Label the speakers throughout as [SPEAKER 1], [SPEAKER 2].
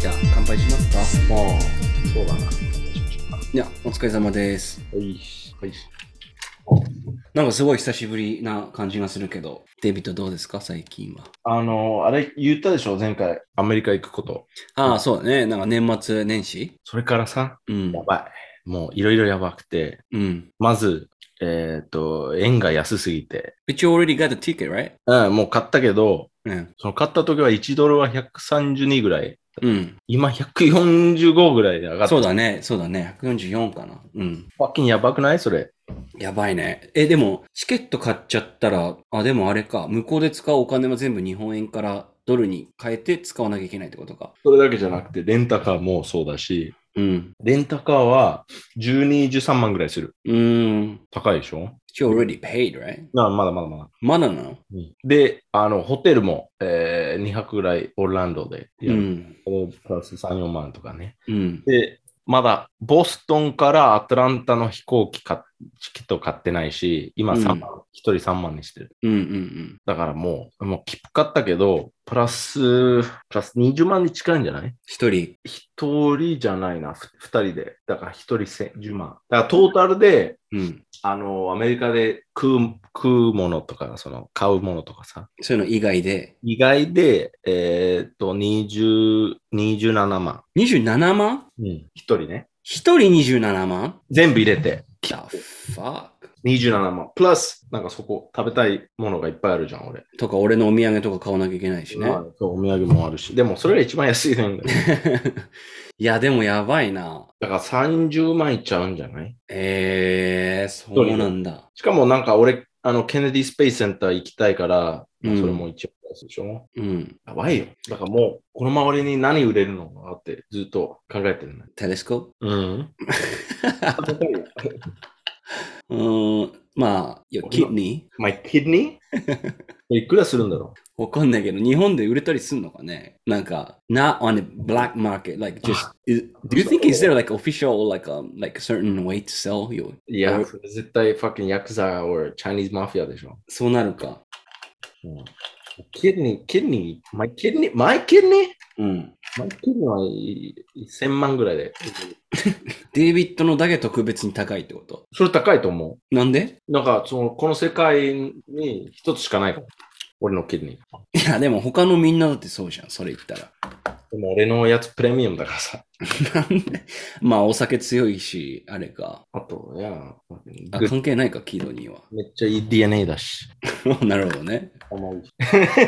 [SPEAKER 1] じゃあ乾杯しますか
[SPEAKER 2] まあ、そうだな。しましょうか。
[SPEAKER 1] いやお疲れ様です
[SPEAKER 2] はい。はい。
[SPEAKER 1] なんかすごい久しぶりな感じがするけどデビットどうですか最近は
[SPEAKER 2] あの、あれ言ったでしょ、前回。アメリカ行くこと。
[SPEAKER 1] ああそうだねなんか年末年始
[SPEAKER 2] それからさ、
[SPEAKER 1] うん
[SPEAKER 2] やばい。もういろいろやばくて、
[SPEAKER 1] うん
[SPEAKER 2] まず、えっ、と、円が安すぎて。
[SPEAKER 1] But you already got the ticket right?
[SPEAKER 2] うん、もう買ったけど、
[SPEAKER 1] うん
[SPEAKER 2] その買った時は1ドルは132ぐらい。
[SPEAKER 1] うん
[SPEAKER 2] 今145ぐらいで上がった。
[SPEAKER 1] そうだねそうだね144かなうん
[SPEAKER 2] ファッキンやばくないそれ。
[SPEAKER 1] やばいねえでもチケット買っちゃったらあでもあれか向こうで使うお金は全部日本円からドルに変えて使わなきゃいけないってことか
[SPEAKER 2] それだけじゃなくて、レンタカーもそうだし、
[SPEAKER 1] うん
[SPEAKER 2] レンタカーは12、13万ぐらいする。
[SPEAKER 1] うーん
[SPEAKER 2] 高いでしょ
[SPEAKER 1] You already paid right?
[SPEAKER 2] まあ、まだまだまだ。
[SPEAKER 1] まだなの
[SPEAKER 2] で、あの、ホテルも、えー、2泊ぐらいオルランドでや
[SPEAKER 1] う
[SPEAKER 2] る、
[SPEAKER 1] ん
[SPEAKER 2] プラス3、4万とかね。
[SPEAKER 1] うん
[SPEAKER 2] で、まだボストンからアトランタの飛行機かチケット買ってないし、今
[SPEAKER 1] うん
[SPEAKER 2] 3万、1人3万にしてる。
[SPEAKER 1] うんうん
[SPEAKER 2] だからもう、もう切符買ったけど、プラス、プラス20万に近いんじゃない
[SPEAKER 1] 一人
[SPEAKER 2] ?1 人じゃないな、2人で。だから1人せ10万。だからトータルで、
[SPEAKER 1] うん
[SPEAKER 2] あの、アメリカで食う、食うものとか、その、買うものとかさ、
[SPEAKER 1] そういうの以外で
[SPEAKER 2] 意外で、えーっと、20 27万。
[SPEAKER 1] 27万
[SPEAKER 2] うん。一人ね。
[SPEAKER 1] 一人27万
[SPEAKER 2] 全部入れて、
[SPEAKER 1] The fuck?
[SPEAKER 2] 27万。プラス、なんかそこ、食べたいものがいっぱいあるじゃん、俺。
[SPEAKER 1] とか俺のお土産とか買わなきゃいけないしね
[SPEAKER 2] ま。あそうお土産もあるし。でも、それが一番安いのよ
[SPEAKER 1] いや、でもやばいな。
[SPEAKER 2] だから30万いっちゃうんじゃない
[SPEAKER 1] えー、そうなんだ。
[SPEAKER 2] しかも、なんか俺、あの、ケネディスペースセンター行きたいから、
[SPEAKER 1] うん
[SPEAKER 2] それも一応安いでしょ。
[SPEAKER 1] うん。
[SPEAKER 2] やばいよ。だからもう、この周りに何売れるのかなって、ずっと考えてるね。
[SPEAKER 1] テレスコ
[SPEAKER 2] うん。
[SPEAKER 1] うーん。まあ、いや、
[SPEAKER 2] 俺
[SPEAKER 1] キ
[SPEAKER 2] の
[SPEAKER 1] ッニー
[SPEAKER 2] マイキッニー いくらするんだろう
[SPEAKER 1] わかんないけど、日本で売れたりすんのかねなんか、not on the black market, like just, is, do you think is there like official, like, a, like a certain way to sell you?
[SPEAKER 2] いや、
[SPEAKER 1] Or-
[SPEAKER 2] それ絶対 fucking ヤクザ or Chinese mafia でしょ。
[SPEAKER 1] そうなるか。
[SPEAKER 2] kidney, kidney, my kidney, my kidney?
[SPEAKER 1] うん。
[SPEAKER 2] my kidney はい1000万ぐらいで。
[SPEAKER 1] デイビッドのだけ特別に高いってこと
[SPEAKER 2] それ高いと思
[SPEAKER 1] なんで
[SPEAKER 2] う。なんか、その、この世界に一つしかないから。俺のキッニー。
[SPEAKER 1] いや、でも他のみんなだってそうじゃん、それ言ったら。
[SPEAKER 2] でも俺のやつプレミアムだからさ。
[SPEAKER 1] なんでまあ、お酒強いし、あれか。
[SPEAKER 2] あと、いや、fucking
[SPEAKER 1] あ
[SPEAKER 2] good
[SPEAKER 1] 関係ないか、キードには。
[SPEAKER 2] めっちゃいい DNA だし。
[SPEAKER 1] なるほどね。
[SPEAKER 2] 甘いし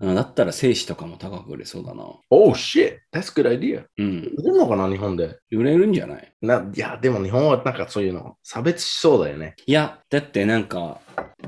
[SPEAKER 1] あだったら精子とかも高く売れそうだな。
[SPEAKER 2] oh shit, that's a good idea.
[SPEAKER 1] うん。
[SPEAKER 2] 売れるのかな、日本で。
[SPEAKER 1] 売れるんじゃない
[SPEAKER 2] な、いや、でも日本はなんかそういうの差別しそうだよね。
[SPEAKER 1] いや、だってなんか、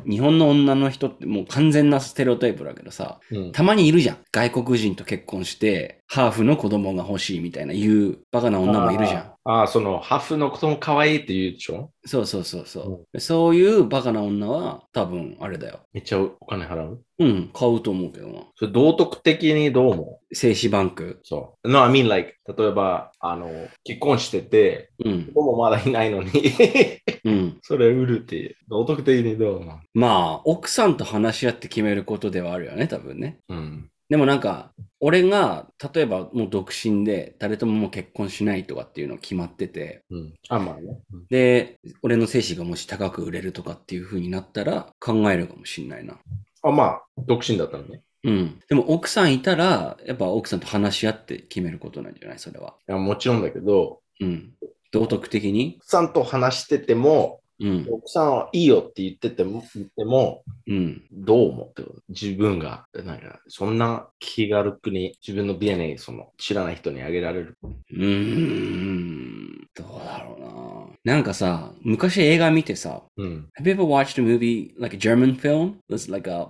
[SPEAKER 1] 日本の女の人ってもう完全なステレオタイプだけどさ、
[SPEAKER 2] うん。
[SPEAKER 1] たまにいるじゃん。外国人と結婚して、ハーフの子供が欲しいみたいな言うバカな女もいるじゃん。
[SPEAKER 2] ああ、その、ハーフの子供可愛いって言うでしょ
[SPEAKER 1] そうそうそうそう。そういうバカな女は多分あれだよ。
[SPEAKER 2] めっちゃお金払う
[SPEAKER 1] うん、買うと思うけどな。
[SPEAKER 2] それ道徳的にどう思
[SPEAKER 1] 精子バンク
[SPEAKER 2] う。そう。No, I mean like, 例えば、あの、結婚してて、
[SPEAKER 1] うん
[SPEAKER 2] 子。供まだいないのに、
[SPEAKER 1] うん。
[SPEAKER 2] それ売るって、道徳的にどう思
[SPEAKER 1] まあ、奥さんと話し合って決めることではあるよね、多分ね。
[SPEAKER 2] ううん。
[SPEAKER 1] でもなんか、俺が、例えばもう独身で、誰とももう結婚しないとかっていうの決まってて、
[SPEAKER 2] うん。あ、まあね。うん
[SPEAKER 1] で、俺の精子がもし高く売れるとかっていう風になったら、考えるかもしんないな。
[SPEAKER 2] あ、まあ、独身だったのね。
[SPEAKER 1] うん。でも奥さんいたら、やっぱ奥さんと話し合って決めることなんじゃないそれは。
[SPEAKER 2] いや、もちろんだけど、
[SPEAKER 1] うん。道徳的に
[SPEAKER 2] 奥さんと話してても、
[SPEAKER 1] うん。
[SPEAKER 2] 奥さんはいいよって言ってても、言っても、
[SPEAKER 1] うん。
[SPEAKER 2] どう思ってる自分が、なんか、そんな気軽に自分の DNA、その、知らない人にあげられる。
[SPEAKER 1] うーん。どうだろうな。なんかさ、昔映画見てさ、
[SPEAKER 2] うん。
[SPEAKER 1] Have you ever watched a movie like a German film? It's like a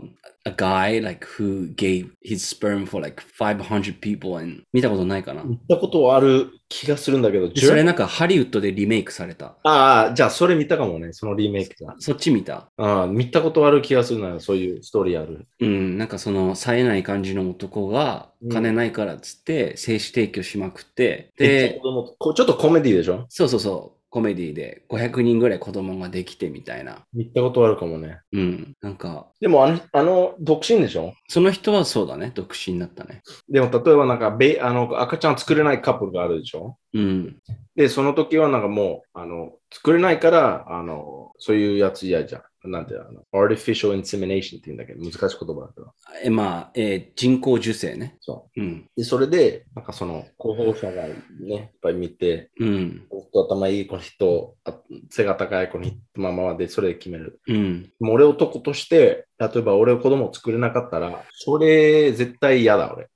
[SPEAKER 1] a guy like who gave his sperm for like 500 people and 見たことないかな。
[SPEAKER 2] 行ったことはある気がするんだけど、
[SPEAKER 1] でそれ
[SPEAKER 2] 10
[SPEAKER 1] なんかハリウッドでリメイクされた。
[SPEAKER 2] ああ、じゃあそれ見たかもね、そのリメイクが。
[SPEAKER 1] そっち見た。
[SPEAKER 2] ああ、見たことある気がするなら、そういうストーリーある。
[SPEAKER 1] うん、なんかその冴えない感じの男が金ないからっつって精子提供しまくって、
[SPEAKER 2] めっちゃ
[SPEAKER 1] で
[SPEAKER 2] 子、供とこちょっとコメディでしょ
[SPEAKER 1] そうそうそう。コメディで500人ぐらい子供ができてみたいな。
[SPEAKER 2] 行ったことあるかもね。
[SPEAKER 1] うん。なんか、
[SPEAKER 2] でもあの、あの、独身でしょ
[SPEAKER 1] その人はそうだね。独身だったね。
[SPEAKER 2] でも、例えばなんか、べあの赤ちゃん作れないカップルがあるでしょ
[SPEAKER 1] うん。
[SPEAKER 2] で、その時はなんかもう、あの、作れないから、あの、そういうやつ嫌じゃん。なんていうのあの、artificial insemination って言うんだけど、難しい言葉だけど。
[SPEAKER 1] え、まあ、えー人工授精ね。
[SPEAKER 2] そ
[SPEAKER 1] うん。
[SPEAKER 2] う。で、それで、なんかその、候補者がね、いっぱい見て、
[SPEAKER 1] うん。
[SPEAKER 2] この人頭いい、この人、あ背が高い、この人、まあまあで、それで決める。
[SPEAKER 1] うん。
[SPEAKER 2] もう俺男として、例えば俺子供を作れなかったら、それ絶対嫌だ、俺。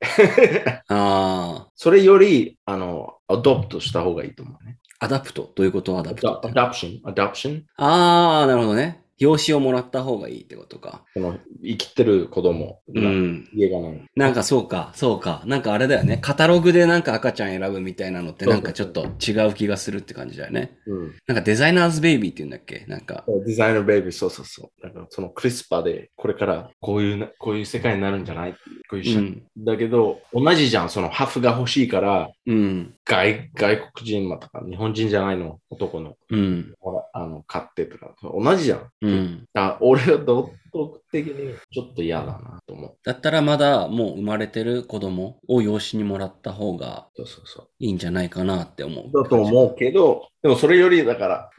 [SPEAKER 1] あ
[SPEAKER 2] それより、あの、アドプトした方がいいと思うね。
[SPEAKER 1] あ、アダプト。どういうことアダプト
[SPEAKER 2] ア
[SPEAKER 1] って。
[SPEAKER 2] ダプション、アダプション。
[SPEAKER 1] ああ、なるほどね。養子をもらった方がいいってことか。
[SPEAKER 2] この、生きてる子供
[SPEAKER 1] う
[SPEAKER 2] が
[SPEAKER 1] ん。
[SPEAKER 2] 家がない。
[SPEAKER 1] なんかそうか、そうか。なんかあれだよね。カタログでなんか赤ちゃん選ぶみたいなのってなんかちょっと違う気がするって感じだよね。
[SPEAKER 2] うん。
[SPEAKER 1] なんかデザイナーズベイビーって言うんだっけなんか。
[SPEAKER 2] デザイナーベイビー、そうそうそう。だからそのクリスパーで、これからこういうな、こういう世界になるんじゃないこういう
[SPEAKER 1] う
[SPEAKER 2] 社、
[SPEAKER 1] ん。
[SPEAKER 2] だけど、同じじゃん、そのハーフが欲しいから、
[SPEAKER 1] うん。
[SPEAKER 2] 外外国人またか、日本人じゃないの、男の、
[SPEAKER 1] うん。
[SPEAKER 2] ほらあの、買ってとか、同じじゃん。
[SPEAKER 1] うん。
[SPEAKER 2] あ俺は道徳的にちょっと嫌だなと思う。
[SPEAKER 1] だったらまだもう生まれてる子供を養子にもらった方が
[SPEAKER 2] そうそうそ
[SPEAKER 1] いいんじゃないかなって思う。
[SPEAKER 2] う。だと思うけど、でもそれよりだから、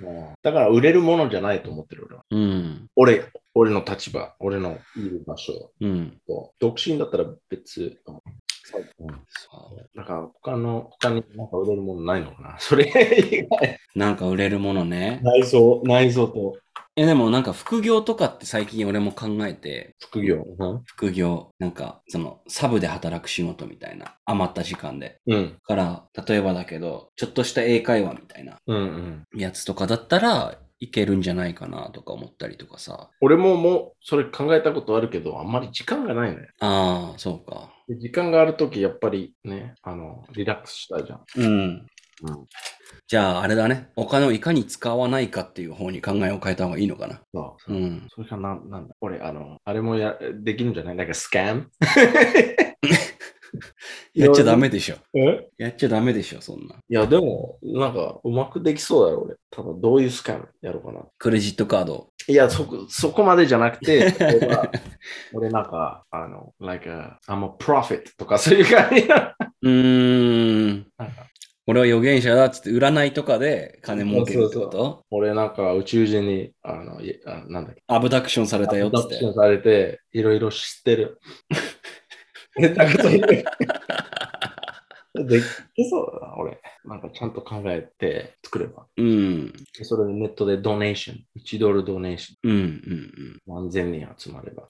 [SPEAKER 2] だから売れるものじゃないと思ってる俺は。
[SPEAKER 1] う。うん。
[SPEAKER 2] 俺、俺の立場、俺のいる場所
[SPEAKER 1] うん。
[SPEAKER 2] と、独身だったら別かも。うん
[SPEAKER 1] そう
[SPEAKER 2] だから他の、他になんか売れるものないのかな それ以外。
[SPEAKER 1] なんか売れるものね。
[SPEAKER 2] 内装、内装と
[SPEAKER 1] え、でもなんか副業とかって最近俺も考えて、
[SPEAKER 2] 副業。
[SPEAKER 1] 副業、なんか、その、サブで働く仕事みたいな、余った時間で。
[SPEAKER 2] うん。
[SPEAKER 1] から、例えばだけど、ちょっとした英会話みたいな
[SPEAKER 2] うんうん。
[SPEAKER 1] やつとかだったらいけるんじゃないかなとか思ったりとかさ。
[SPEAKER 2] 俺ももうそれ考えたことあるけど、あんまり時間がないね。
[SPEAKER 1] ああ、そうか。
[SPEAKER 2] で時間があるとき、やっぱりね、あの、リラックスしたいじゃん。
[SPEAKER 1] うん。
[SPEAKER 2] うん
[SPEAKER 1] じゃあ、あれだね。お金をいかに使わないかっていう方に考えを変えた方がいいのかな。
[SPEAKER 2] そう
[SPEAKER 1] うん。
[SPEAKER 2] それかな、なんだ、これ、あの、あれもやできるんじゃないなんかスキャ ン
[SPEAKER 1] やっちゃダメでしょ。
[SPEAKER 2] え
[SPEAKER 1] やっちゃダメでしょ、そんな。
[SPEAKER 2] いや、でも、なんか、うまくできそうだよ、俺。多分、どういうスキャンやろうかな。
[SPEAKER 1] クレジットカー ド。
[SPEAKER 2] いや、そこ、そこまでじゃなくて、 例えば俺なんか、あの、like, a, I'm a prophet とか、そういう感じ な。
[SPEAKER 1] うーん
[SPEAKER 2] なんか。
[SPEAKER 1] 俺は預言者だっつって占いとかで金儲けるってこと
[SPEAKER 2] そう俺なんか、宇宙人に、あの、いあなんだっけ、
[SPEAKER 1] アブダクションされたよっ
[SPEAKER 2] ダ
[SPEAKER 1] つっ
[SPEAKER 2] プ
[SPEAKER 1] て
[SPEAKER 2] シ。ョンされて、いろいろ知ってる。 変なこと言う。できそうだな、俺。なんか、ちゃんと考えて作れば。
[SPEAKER 1] うん。
[SPEAKER 2] それでネットでドネーション、1ドルドネーシ
[SPEAKER 1] うんうんうん。
[SPEAKER 2] ョン、何千人集まれば。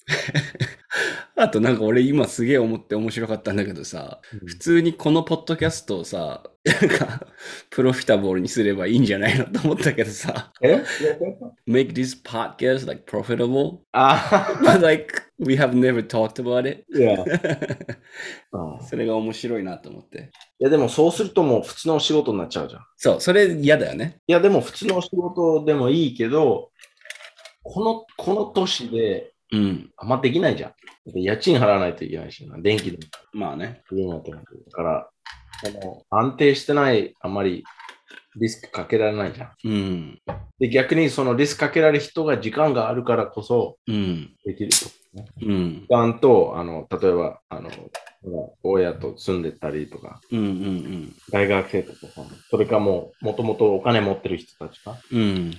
[SPEAKER 1] あとなんか俺今すげえ思って面白かったんだけどさ、普通にこのポッドキャストをさ、なんか、プロフィタブルにすればいいんじゃないのと思ったけどさ、
[SPEAKER 2] え
[SPEAKER 1] make this podcast like profitable,
[SPEAKER 2] あ
[SPEAKER 1] but like we have never talked about it.
[SPEAKER 2] いや。うん
[SPEAKER 1] それが面白いなと思って。
[SPEAKER 2] いやでもそうするともう普通のお仕事になっちゃうじゃん。い
[SPEAKER 1] そう、それ嫌だよね。
[SPEAKER 2] やでも普通のお仕事でもいいけど、この、この年で
[SPEAKER 1] うん。
[SPEAKER 2] あんまできないじゃん。だって家賃払わないといけないしな、電気でも
[SPEAKER 1] まあね。
[SPEAKER 2] 車とか。だから、この安定してない、あんまりリスクかけられないじゃん。
[SPEAKER 1] うん。
[SPEAKER 2] で、逆にそのリスクかけられる人が時間があるからこそ
[SPEAKER 1] うん。
[SPEAKER 2] できると。
[SPEAKER 1] うん。
[SPEAKER 2] 時間と、あの、例えば、あの、ほら親と住んでたりとか、
[SPEAKER 1] うんうん
[SPEAKER 2] 大学生とかさ、それかもう、もともとお金持ってる人たちか。だ
[SPEAKER 1] うん。うん。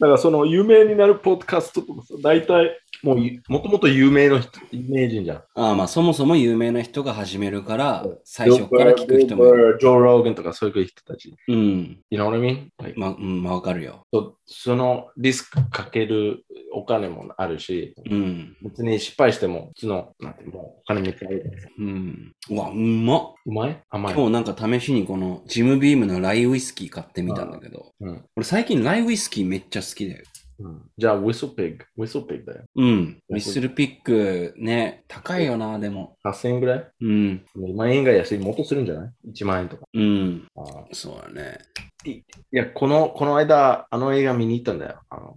[SPEAKER 2] からその有名になるポッドキャストとかさ、大体、もうゆ、もともと有名の人、有名人じゃん。
[SPEAKER 1] ああまあそもそも有名な人が始めるから、最初から聞く人もい
[SPEAKER 2] ビルボ
[SPEAKER 1] る。
[SPEAKER 2] ードジョー・ローガンとかそういう人たち。
[SPEAKER 1] うん。
[SPEAKER 2] You know what I mean? Like,
[SPEAKER 1] まあ、うん、まあわかるよ。
[SPEAKER 2] そそのリスクかけるお金もあるし、
[SPEAKER 1] うん。
[SPEAKER 2] 別に失敗しても、うちの、なんて、もうお金めっちゃあるからさ
[SPEAKER 1] うん。うわ、うまっ。
[SPEAKER 2] うまい甘い。
[SPEAKER 1] 今日なんか試しにこのジムビームのライウイスキー買ってみたんだけど、
[SPEAKER 2] うん
[SPEAKER 1] 俺最近ライウイスキーめっちゃ好きだよ。
[SPEAKER 2] うん、じゃあ、ウィスルピッグ、ウィスルピッグだよ。
[SPEAKER 1] うん。ウィッスルピックね、高いよな、でも。
[SPEAKER 2] 8000円ぐらい
[SPEAKER 1] うん。
[SPEAKER 2] 2万円が安い、もっとするんじゃない ?1 万円とか。
[SPEAKER 1] うん。
[SPEAKER 2] あ
[SPEAKER 1] そうだね。
[SPEAKER 2] いや、この、この間、あの映画見に行ったんだよ。あの、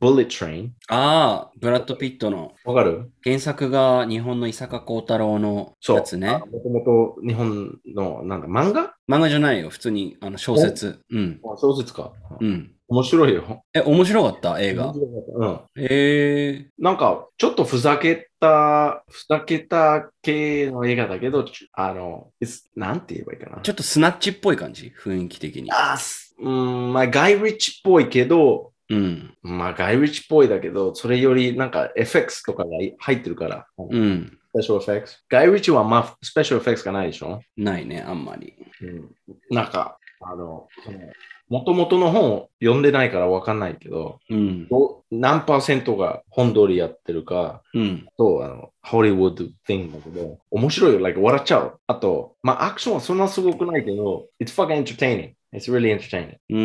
[SPEAKER 2] Bullet Train。
[SPEAKER 1] ああ、ブラッド・ピットの
[SPEAKER 2] わかる
[SPEAKER 1] 原作が日本の伊坂幸太郎の
[SPEAKER 2] そう
[SPEAKER 1] やつね。
[SPEAKER 2] もともと日本のなんだ漫画
[SPEAKER 1] 漫画じゃないよ、普通にあの小説。うん。
[SPEAKER 2] あ小説か。
[SPEAKER 1] うん。
[SPEAKER 2] 面白いよ。
[SPEAKER 1] え、面白かった映画
[SPEAKER 2] 面。白かったうん。
[SPEAKER 1] え
[SPEAKER 2] なんか、ちょっとふざけた、ふざけた系の映画だけど、ちあの、it's- なんて言えばいいかな
[SPEAKER 1] ー、。ちょっとスナッチっぽい感じ雰囲気的に。
[SPEAKER 2] あーすうーん、まあ、ガイ・リッチっぽいけど、
[SPEAKER 1] うん。
[SPEAKER 2] まあ、ガイ・リッチっぽいだけど、それよりなんか FX とかが入ってるから、
[SPEAKER 1] うん。
[SPEAKER 2] スペシャル FX。ガイ・リッチはまあ、スペシャル FX がないでしょ、
[SPEAKER 1] ないね、あんまり。
[SPEAKER 2] うん、なんか、あの、その、元々の本を読んでないからわかんないけど、
[SPEAKER 1] うん。
[SPEAKER 2] どう何パーセントが本通りやってるか、
[SPEAKER 1] うん。
[SPEAKER 2] と、あの、ホリウッド thing だけど、面白いよ、like, 笑っちゃう。あと、まあ、アクションはそんなすごくないけど、it's fucking entertaining. It's really entertaining.
[SPEAKER 1] う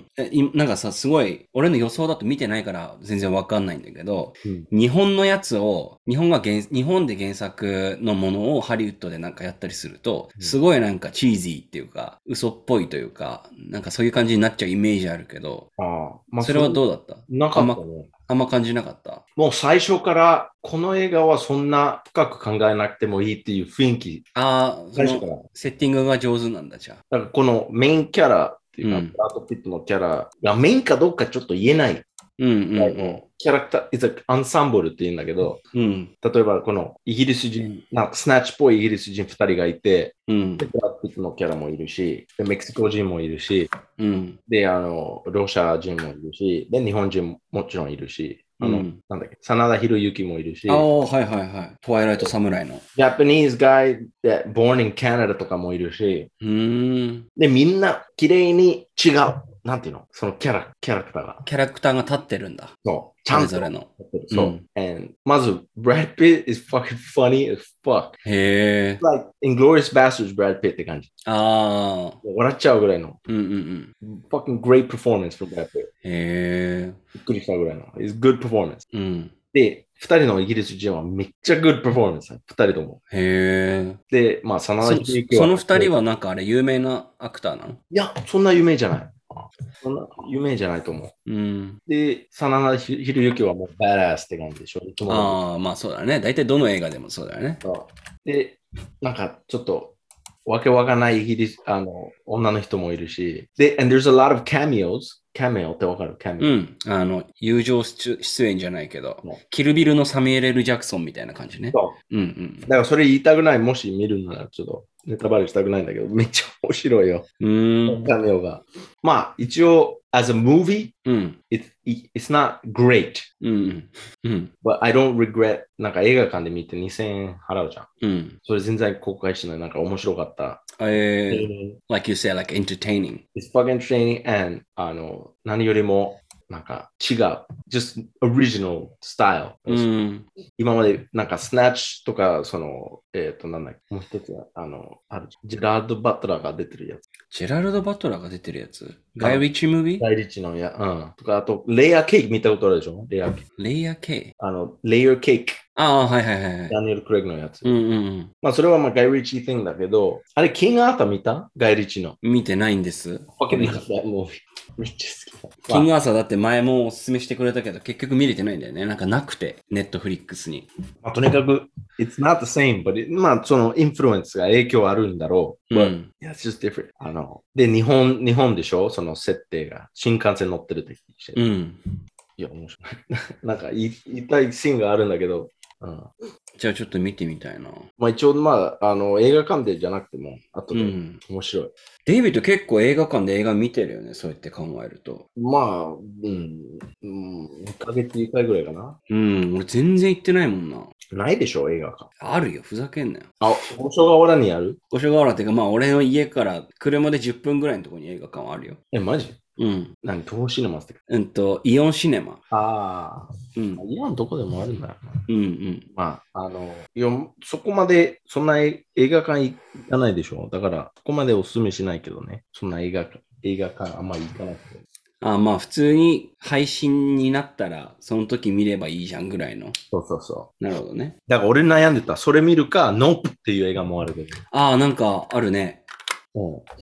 [SPEAKER 1] ん。え、いなんかさ、すごい、俺の予想だと見てないから全然わかんないんだけど、
[SPEAKER 2] うん
[SPEAKER 1] 日本のやつを、日本が原、日本で原作のものをハリウッドでなんかやったりすると、
[SPEAKER 2] うん
[SPEAKER 1] すごいなんかチーズィーっていうか、嘘っぽいというか、なんかそういう感じになっちゃうイメージあるけど、
[SPEAKER 2] ああ、まあ、
[SPEAKER 1] それはど
[SPEAKER 2] う
[SPEAKER 1] うだった
[SPEAKER 2] なかった
[SPEAKER 1] あんま
[SPEAKER 2] ね。
[SPEAKER 1] あんま感じなかった。
[SPEAKER 2] もう最初から、この映画はそんな深く考えなくてもいいっていう雰囲気、
[SPEAKER 1] ああ、そ
[SPEAKER 2] 最初か
[SPEAKER 1] の、
[SPEAKER 2] ら。
[SPEAKER 1] セッティングが上手なんだ、じゃあ。
[SPEAKER 2] だからこのメインキャラっていうか、
[SPEAKER 1] うん
[SPEAKER 2] ブラッド・ピットのキャラがメインかどうかちょっと言えない。
[SPEAKER 1] うんうん
[SPEAKER 2] キャラクター、it's an ensemble って言うんだけど、
[SPEAKER 1] うん。うん。
[SPEAKER 2] 例えばこのイギリス人、なんかスナッチっぽいイギリス人2人がいて、
[SPEAKER 1] うん
[SPEAKER 2] で。ブラッドピットのキャラもいるし、でメキシコ人もいるし、
[SPEAKER 1] うん。
[SPEAKER 2] で、あの、ロシア人もいるし、で、日本人ももちろんいるし、あの、
[SPEAKER 1] うん
[SPEAKER 2] なんだっけ、真田広之もいるし、
[SPEAKER 1] ああ、はいはいはい。トワイライト侍の。
[SPEAKER 2] Japanese guy that born in Canada とかもいるし、
[SPEAKER 1] うーん。
[SPEAKER 2] で、みんな綺麗に違う。なんていうのそのキャラ、キャラクターが。
[SPEAKER 1] キャラクターが立ってるんだ。
[SPEAKER 2] そう。ち
[SPEAKER 1] そ
[SPEAKER 2] ゃん
[SPEAKER 1] れ
[SPEAKER 2] と
[SPEAKER 1] ぞれの。
[SPEAKER 2] やってる。そうう。And まず、Brad Pitt is fucking funny as fuck.
[SPEAKER 1] へえ。
[SPEAKER 2] Like, Inglorious Bastards Brad Pitt って感じ。
[SPEAKER 1] ああ。
[SPEAKER 2] 笑っちゃうぐらいの。
[SPEAKER 1] うんうんうん。
[SPEAKER 2] fucking great performance from Brad Pitt.
[SPEAKER 1] へえ。
[SPEAKER 2] びっくりしたぐらいの。It's good performance.
[SPEAKER 1] うん。
[SPEAKER 2] で、二人のイギリス人はめっちゃ good performance。二人とも。
[SPEAKER 1] へえ。
[SPEAKER 2] で、まあ、真田
[SPEAKER 1] そ
[SPEAKER 2] 広之
[SPEAKER 1] その二人
[SPEAKER 2] は。
[SPEAKER 1] はなんかあれ、有名なアクターなの
[SPEAKER 2] いや、そんな有名じゃない。そんな有名じゃないと思う。
[SPEAKER 1] うん。
[SPEAKER 2] で、真田広之はもうバラ s スって感じでしょ。いつも
[SPEAKER 1] ああ、まあそうだね。大体どの映画でもそうだよね。
[SPEAKER 2] ので、なんかちょっと、わけわかんないイギリス、あの、女の人もいるし。で、and there's a lot of cameos. cameo ってわかる cameo、
[SPEAKER 1] うん。あの、友情出出演じゃないけど
[SPEAKER 2] ね、
[SPEAKER 1] キルビルのサミュエル・ L ジャクソンみたいな感じね。
[SPEAKER 2] そう
[SPEAKER 1] うんうん
[SPEAKER 2] だからそれ言いたくない。もし見るならちょっとネタバレしたくないんだけど、 めっちゃ面白いよ。。
[SPEAKER 1] うーん。
[SPEAKER 2] カメオが。まあ、一応、as a movie,
[SPEAKER 1] うん。
[SPEAKER 2] it, it, s not great,
[SPEAKER 1] うんうん。うん。
[SPEAKER 2] but I don't regret. なんか映画館で見て2000円払うじゃん。
[SPEAKER 1] うん。
[SPEAKER 2] それ全然後悔しない。なんか面白かった。
[SPEAKER 1] えー、
[SPEAKER 2] It's
[SPEAKER 1] like you said, like entertaining.
[SPEAKER 2] fucking training and あの、何よりも、なんか違う。just original style.
[SPEAKER 1] うん。
[SPEAKER 2] 今までなんかスナッチとか、その、えっ、と、なんだっけ、もう一つ、あの、あるじゃんジェラード・バトラーが出てるやつ。
[SPEAKER 1] ジェラルド・バトラーが出てるやつ。ガイ・リッチ・ムービー
[SPEAKER 2] 大リッチのや、うん。とか、あと、レイヤーケーキ見たことあるでしょレイヤーケーキ。
[SPEAKER 1] レイヤー K。
[SPEAKER 2] あの、レイヤーケーキ。
[SPEAKER 1] ああ、はいはいはいはい。
[SPEAKER 2] ダニエル・クレイグのやつ。
[SPEAKER 1] うんうん
[SPEAKER 2] まあ、それはまあガイ・リッチー・ティンだけど、あれ、キング・アーサー見たガイ・リッチーの。
[SPEAKER 1] うん。見てないんです。
[SPEAKER 2] わけないもう、めっちゃ好き。
[SPEAKER 1] キングアーサーだって前もおすすめしてくれたけど、結局見れてないんだよね。なんかなくて、ネットフリックスに。
[SPEAKER 2] まあ、とにかく、it's not the same, but it- まあ、その、インフルエンスが影響あるんだろう。
[SPEAKER 1] う
[SPEAKER 2] But-
[SPEAKER 1] ん。
[SPEAKER 2] Yeah, it's just different. あの、で、日本、日本でしょその設定が。新幹線乗ってる時にして。
[SPEAKER 1] うん。
[SPEAKER 2] いや、面白い。 なんか言い、言いたいシーンがあるんだけど、うん。
[SPEAKER 1] じゃあちょっと見てみたいな。
[SPEAKER 2] まあ、一応、まあ、あの、映画館でじゃなくても、後
[SPEAKER 1] う
[SPEAKER 2] で、
[SPEAKER 1] ん。
[SPEAKER 2] 面白い。
[SPEAKER 1] デイビッド結構映画館で映画見てるよね。そうやって考えると。
[SPEAKER 2] まあ、うん、うん、1ヶ月1回ぐらいかな。
[SPEAKER 1] うん。俺全然行ってないもんな。
[SPEAKER 2] ないでしょ、映画館。
[SPEAKER 1] あるよ。ふざけんなよ。
[SPEAKER 2] あ、保証が俺にやる
[SPEAKER 1] 五所川原っていうか、まあ俺の家から車で10分ぐらいのところに映画館はあるよ。
[SPEAKER 2] え、マジ
[SPEAKER 1] うん。
[SPEAKER 2] 何、東方シネマスって
[SPEAKER 1] うんと、イオンシネマ。
[SPEAKER 2] ああ、
[SPEAKER 1] うん。
[SPEAKER 2] イオンどこでもあるんだよ。
[SPEAKER 1] うんうん。
[SPEAKER 2] まあ、あの、いや、そこまで、そんな映画館行かないでしょ。だから、そこまでお勧めしないけどね。そんな映画館、映画館あんまり行かなくて。
[SPEAKER 1] あまあ普通に配信になったら、その時見ればいいじゃんぐらいの。
[SPEAKER 2] そうそうそう。
[SPEAKER 1] なるほどね。
[SPEAKER 2] だから俺悩んでた。それ見るか、ノープっていう映画もあるけど。
[SPEAKER 1] ああ、なんかあるね。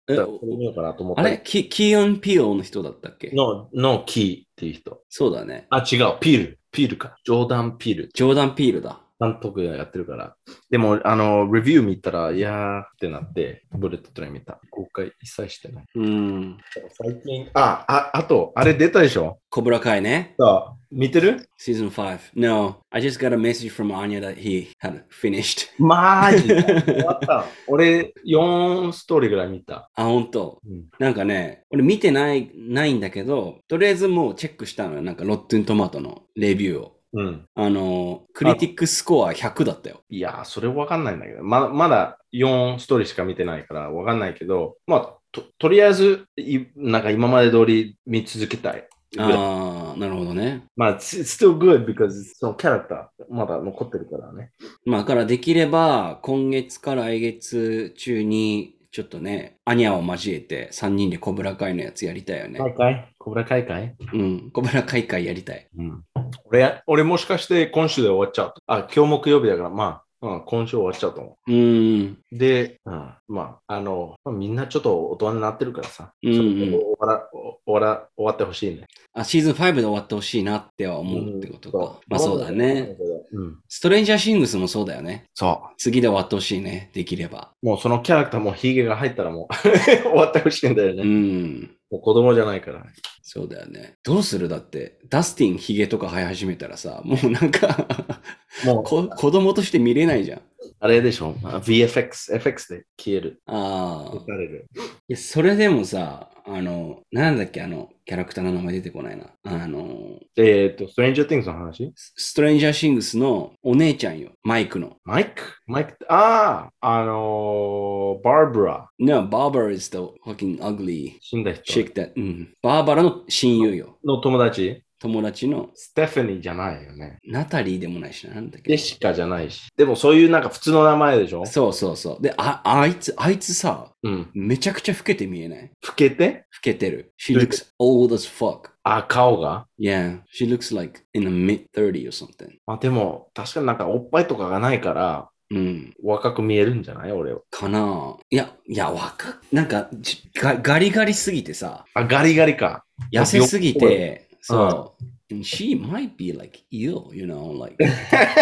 [SPEAKER 1] え
[SPEAKER 2] だからこれ見ようかなと思った
[SPEAKER 1] あ
[SPEAKER 2] り
[SPEAKER 1] れキキヨンピオの人だったっけ
[SPEAKER 2] の、のキーっていう人。
[SPEAKER 1] そうだね。
[SPEAKER 2] あ、違う、ピール。ピールか。ジョーダン・ピール。
[SPEAKER 1] ジョーダン・ピールだ。
[SPEAKER 2] 監督がやってるから。でも、あの、レビュー見たら、いやーってなって、ブレットトレイン見た。公開一切してない。
[SPEAKER 1] うん。
[SPEAKER 2] 最近、あ、あ、あと、あれ出たでしょ
[SPEAKER 1] コブラカイね。
[SPEAKER 2] さあ、見てる
[SPEAKER 1] Season 5. No, I just got a message from Anya that he had finished.
[SPEAKER 2] マジで 終わった。俺、4ストーリーぐらい見た。
[SPEAKER 1] あ、本当。
[SPEAKER 2] うん
[SPEAKER 1] なんかね、俺見てない、ないんだけど、とりあえずもうチェックしたのよ。なんかロッテントマトのレビューを。
[SPEAKER 2] うん。
[SPEAKER 1] あのー、クリティックスコア100だったよ。
[SPEAKER 2] いやー、それわかんないんだけど、ままだ4ストーリーしか見てないからわかんないけど、まあ、ととりあえずい、なんか今まで通り見続けたい。
[SPEAKER 1] ああ、なるほどね。
[SPEAKER 2] まあ、it's it's still good because そのキャラクターまだ残ってるからね。
[SPEAKER 1] まあ、だからできれば、今月から来月中に、ちょっとね、アニャを交えて3人でコブラ会のやつやりたいよね。
[SPEAKER 2] 会コブラ会会
[SPEAKER 1] うん、コブラ会会やりたい。
[SPEAKER 2] うん。俺、俺もしかして今週で終わっちゃうと。あ、今日木曜日だから、まあ、うん、今週終わっちゃうと思
[SPEAKER 1] うーん、
[SPEAKER 2] う。で、うん、まあ、あの、まあみんなちょっと大人になってるからさ。
[SPEAKER 1] うんうん
[SPEAKER 2] それで終わら、終わら、終わってほしいね。
[SPEAKER 1] あ、シーズン5で終わってほしいなっては思うってことか。まあそうだね。。
[SPEAKER 2] うん。
[SPEAKER 1] ストレンジャーシングスもそうだよね。
[SPEAKER 2] そ
[SPEAKER 1] 次で終わってほしいね。できれば。
[SPEAKER 2] う。もうそのキャラクターもヒゲが入ったらもう 終わってほしいんだよね。
[SPEAKER 1] うん。
[SPEAKER 2] もう子供じゃないから。
[SPEAKER 1] そうだよね。どうするだって、ダスティンヒゲとか生え始めたらさ、もうなんか
[SPEAKER 2] もう、
[SPEAKER 1] こ、子供として見れないじゃん。
[SPEAKER 2] あれでしょあ ?VFX、FX で消える。
[SPEAKER 1] ああ
[SPEAKER 2] 打。たれる。
[SPEAKER 1] いや、それでもさ、あの、なんだっけ、あの、キャラクターの名前出てこないな。あの、
[SPEAKER 2] えっ、と、ストレンジャー・ティングスの話
[SPEAKER 1] スストレンジャーシングスのお姉ちゃんよ。マイクの。
[SPEAKER 2] マイクマイクああ、あのー、バーブラ、
[SPEAKER 1] No, Barbara is the fucking ugly
[SPEAKER 2] 死んだ人
[SPEAKER 1] chick that, うん。バーバラの親友よ。
[SPEAKER 2] の友達
[SPEAKER 1] 友達の
[SPEAKER 2] ステファニーじゃないよね。
[SPEAKER 1] ナタリーでもないしな、なんだっ
[SPEAKER 2] ジェ
[SPEAKER 1] け。
[SPEAKER 2] シカじゃないし。でもそういうなんか普通の名前でしょ
[SPEAKER 1] そうそうそう。で、あ、あいつ、あいつさ、
[SPEAKER 2] うん。
[SPEAKER 1] めちゃくちゃ老けて見えない
[SPEAKER 2] 老けて
[SPEAKER 1] 老けてる。She
[SPEAKER 2] どういう
[SPEAKER 1] looks old as fuck.
[SPEAKER 2] あ、顔が
[SPEAKER 1] Yeah, she looks like in the mid 30 or something.
[SPEAKER 2] まあでも、確かになんかおっぱいとかがないから、
[SPEAKER 1] うん。
[SPEAKER 2] 若く見えるんじゃない俺は。
[SPEAKER 1] かなあいや、いや、若く、なんかじが、ガリガリすぎてさ、
[SPEAKER 2] あ、ガリガリか。
[SPEAKER 1] 痩せすぎて、そう。And she might be like ill, you know, like,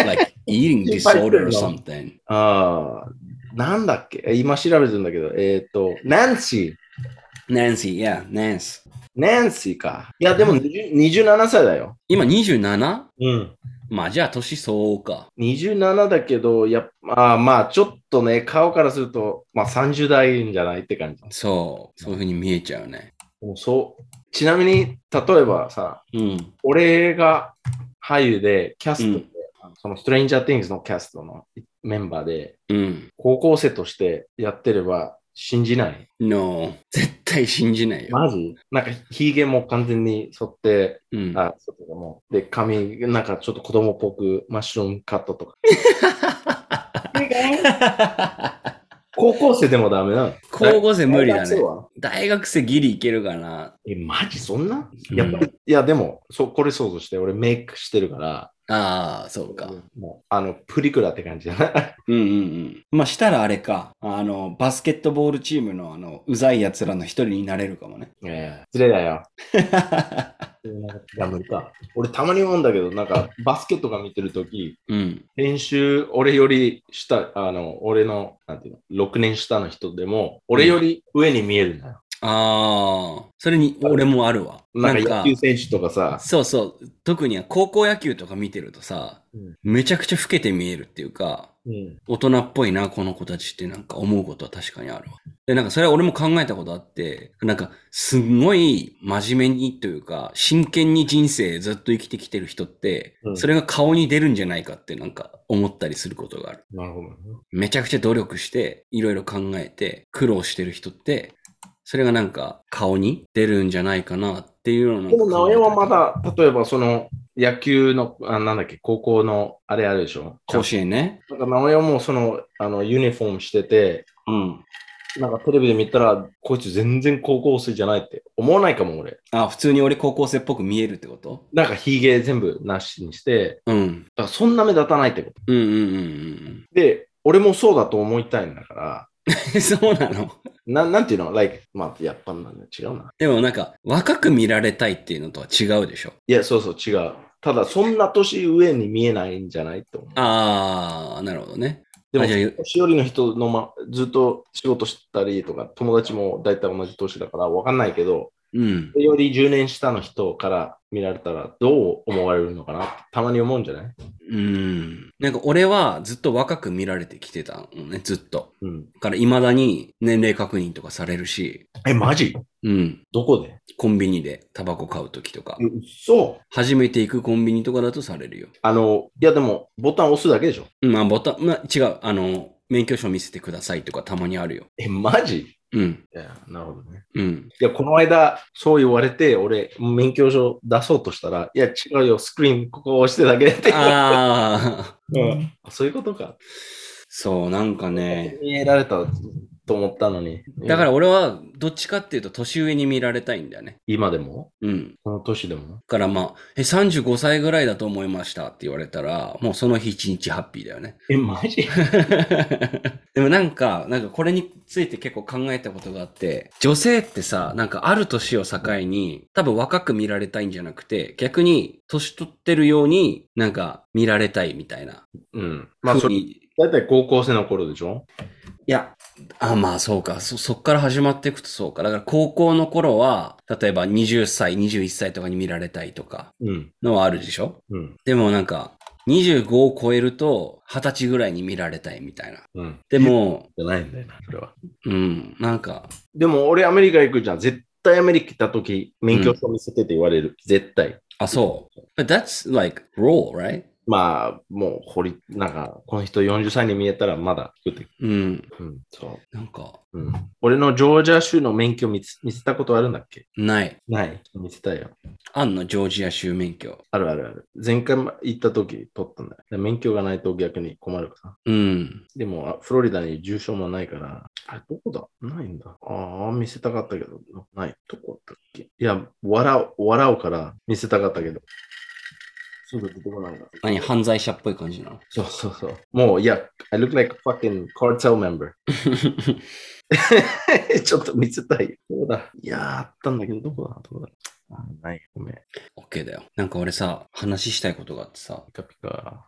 [SPEAKER 1] like eating disorder or something.
[SPEAKER 2] ああ、なんだっけえ今調べてるんだけど、えっ、と、ナンシー。
[SPEAKER 1] Nancy, yeah, Nance.
[SPEAKER 2] ナンシーか。いや、でも20 27歳だよ。
[SPEAKER 1] 今 27?
[SPEAKER 2] うん。
[SPEAKER 1] まあじゃあ年相応か。
[SPEAKER 2] 27だけど、やっぱ、あーまあ、ちょっとね、顔からすると、まあ、30代じゃないって感じ。
[SPEAKER 1] そう、そういうふうに見えちゃうね。
[SPEAKER 2] もうそう。ちなみに、例えばさ、
[SPEAKER 1] うん。
[SPEAKER 2] 俺が俳優で、キャストで、
[SPEAKER 1] うん
[SPEAKER 2] そのストレンジャー・ティングスのキャストのメンバーで、
[SPEAKER 1] うん。
[SPEAKER 2] 高校生としてやってれば信じない。
[SPEAKER 1] No. 絶対信じないよ。
[SPEAKER 2] マジなんか、ヒゲも完全に剃って、
[SPEAKER 1] うん。
[SPEAKER 2] あ、そうとかも。で、髪、なんかちょっと子供っぽく、マッシュルームカットとか。高校生でもダメなの。
[SPEAKER 1] 高校生無理だ
[SPEAKER 2] 大学
[SPEAKER 1] ね
[SPEAKER 2] 生。は
[SPEAKER 1] 大学生ギリいけるかな。
[SPEAKER 2] え、マジそんな、
[SPEAKER 1] うん
[SPEAKER 2] やっぱり、いや、でも、そこれ想像して、俺メイクしてるから、
[SPEAKER 1] ああ、そうか。
[SPEAKER 2] もう、あの、プリクラって感じじゃない
[SPEAKER 1] うんうんうん。まあしたらあれか。あの、バスケットボールチームのあの、うざい奴らの一人になれるかもね。
[SPEAKER 2] ええ失礼だよ。いや、無理か。俺、たまに思うんだけど、なんか、バスケとか見てるとき、
[SPEAKER 1] うん。
[SPEAKER 2] 練習、俺より下、あの、俺の、なんていうの、6年下の人でも、俺より上に見えるんだよ。
[SPEAKER 1] ああ、それに俺もあるわ。
[SPEAKER 2] なんか、野球選手とかさ、
[SPEAKER 1] そうそう。特に高校野球とか見てるとさ、
[SPEAKER 2] うん
[SPEAKER 1] めちゃくちゃ老けて見えるっていうか、
[SPEAKER 2] うん、
[SPEAKER 1] 大人っぽいな、この子たちってなんか思うことは確かにあるわ。で、なんかそれは俺も考えたことあって、なんかすんごい真面目にというか、真剣に人生ずっと生きてきてる人って
[SPEAKER 2] う、ん
[SPEAKER 1] それが顔に出るんじゃないかってなんか思ったりすることがある。
[SPEAKER 2] なるほどね。
[SPEAKER 1] めちゃくちゃ努力して、いろいろ考えて、苦労してる人って、それがなんか顔に出るんじゃないかなっていうの
[SPEAKER 2] でも、直江はまだ、例えば、その、野球の、あなんだっけ、高校の、あれあるでしょ
[SPEAKER 1] 甲子園ね。
[SPEAKER 2] なんか直江もそのあのユニフォームしてて、
[SPEAKER 1] うん。
[SPEAKER 2] なんかテレビで見たら、こいつ全然高校生じゃないって思わないかも俺。
[SPEAKER 1] あ、普通に俺高校生っぽく見えるってこと
[SPEAKER 2] なんかヒゲ全部なしにして、
[SPEAKER 1] うん。
[SPEAKER 2] だからそんな目立たないってこと。
[SPEAKER 1] うんうんうんうん。
[SPEAKER 2] で、俺もそうだと思いたいんだから、
[SPEAKER 1] そうなの。
[SPEAKER 2] ななんていうの ?like, まあ、やっぱなんだ違うな。
[SPEAKER 1] でもなんか、若く見られたいっていうのとは違うでしょ。
[SPEAKER 2] いや、そうそう、違う。ただ、そんな年上に見えないんじゃないと思う。
[SPEAKER 1] あー、なるほどね。
[SPEAKER 2] でも
[SPEAKER 1] あじゃあ、
[SPEAKER 2] 年寄りの人の、ま、ずっと仕事したりとか、友達も大体同じ年だからわかんないけど、
[SPEAKER 1] うん。
[SPEAKER 2] より10年下の人から見られたらどう思われるのかなってたまに思うんじゃない
[SPEAKER 1] うん。なんか俺はずっと若く見られてきてたのね、ずっと。
[SPEAKER 2] うん。
[SPEAKER 1] だから未だに年齢確認とかされるし、
[SPEAKER 2] え、マジ
[SPEAKER 1] うん。
[SPEAKER 2] どこで
[SPEAKER 1] コンビニでタバコ買うときとか、
[SPEAKER 2] そう。
[SPEAKER 1] 初めて行くコンビニとかだとされるよ。
[SPEAKER 2] あの、いやでも、ボタン押すだけでしょ。
[SPEAKER 1] うんまあボタン、まあ違う、あの、免許証見せてくださいとかたまにあるよ。
[SPEAKER 2] え、マジい
[SPEAKER 1] うん。
[SPEAKER 2] や、なるほどね。
[SPEAKER 1] うん。
[SPEAKER 2] いや、この間、そう言われて、俺、免許証出そうとしたら、いや、違うよ、スクリーン、ここ押してだけだって。
[SPEAKER 1] ああ、
[SPEAKER 2] うんあそういうことか。
[SPEAKER 1] そう、なんかね。
[SPEAKER 2] 見えられたと思ったのに。
[SPEAKER 1] だから、俺はどっちかっていうと年上に見られたいんだよね。
[SPEAKER 2] 今でも
[SPEAKER 1] うん。
[SPEAKER 2] この年でも
[SPEAKER 1] だからまあ、え、35歳ぐらいだと思いましたって言われたら、もうその日一日ハッピーだよね。
[SPEAKER 2] え、マジ
[SPEAKER 1] でもなんか、なんかこれについて結構考えたことがあって、女性ってさ、なんかある年を境に、多分若く見られたいんじゃなくて、逆に年取ってるようになんか見られたいみたいな。
[SPEAKER 2] うん。まあ、そ
[SPEAKER 1] 風
[SPEAKER 2] れ、
[SPEAKER 1] に
[SPEAKER 2] だいたい高校生の頃でしょ
[SPEAKER 1] いや、あ、まあそうか。そ、そっから始まっていくとそうか。だから高校の頃は、例えば20歳、21歳とかに見られたいとか
[SPEAKER 2] うん。
[SPEAKER 1] のはあるでしょ
[SPEAKER 2] うん。
[SPEAKER 1] でもなんか、25を超えると20歳ぐらいに見られたいみたいな。
[SPEAKER 2] うん。
[SPEAKER 1] でも、
[SPEAKER 2] じゃないんだよな、それは。
[SPEAKER 1] うん、なんか、
[SPEAKER 2] でも、俺、アメリカ行くじゃん。絶対アメリカ行った時、免許証見せてって言われる。絶対。
[SPEAKER 1] あ、そう。But that's like raw, right?
[SPEAKER 2] まあ、もう、掘り、なんか、この人40歳に見えたら、まだ作っていく。
[SPEAKER 1] うん、
[SPEAKER 2] うん。そ
[SPEAKER 1] なんか、
[SPEAKER 2] う。うん。俺のジョージア州の免許見つ見せたことあるんだっけ
[SPEAKER 1] ない。
[SPEAKER 2] ない。見せたよ。
[SPEAKER 1] あんの、ジョージア州免許。
[SPEAKER 2] あるあるある。前回行った時取ったんだよ。免許がないと逆に困るから。
[SPEAKER 1] うん。
[SPEAKER 2] でも、あフロリダに住所もないから、あれ、どこだないんだ。ああ、見せたかったけど、ない。どこだったっけいや、笑う、笑うから見せたかったけど。すぐ出てこないんだ。
[SPEAKER 1] 何、犯罪者っぽい感じなの
[SPEAKER 2] そうそうそう。もう、いや、I look like a fucking cartel member. ちょっと見せたい。どうだいやー、あったんだけど、どこだどこだあない。ごめん。
[SPEAKER 1] ?OK だよ。なんか俺さ、話したいことがあってさ、
[SPEAKER 2] ピカピカ。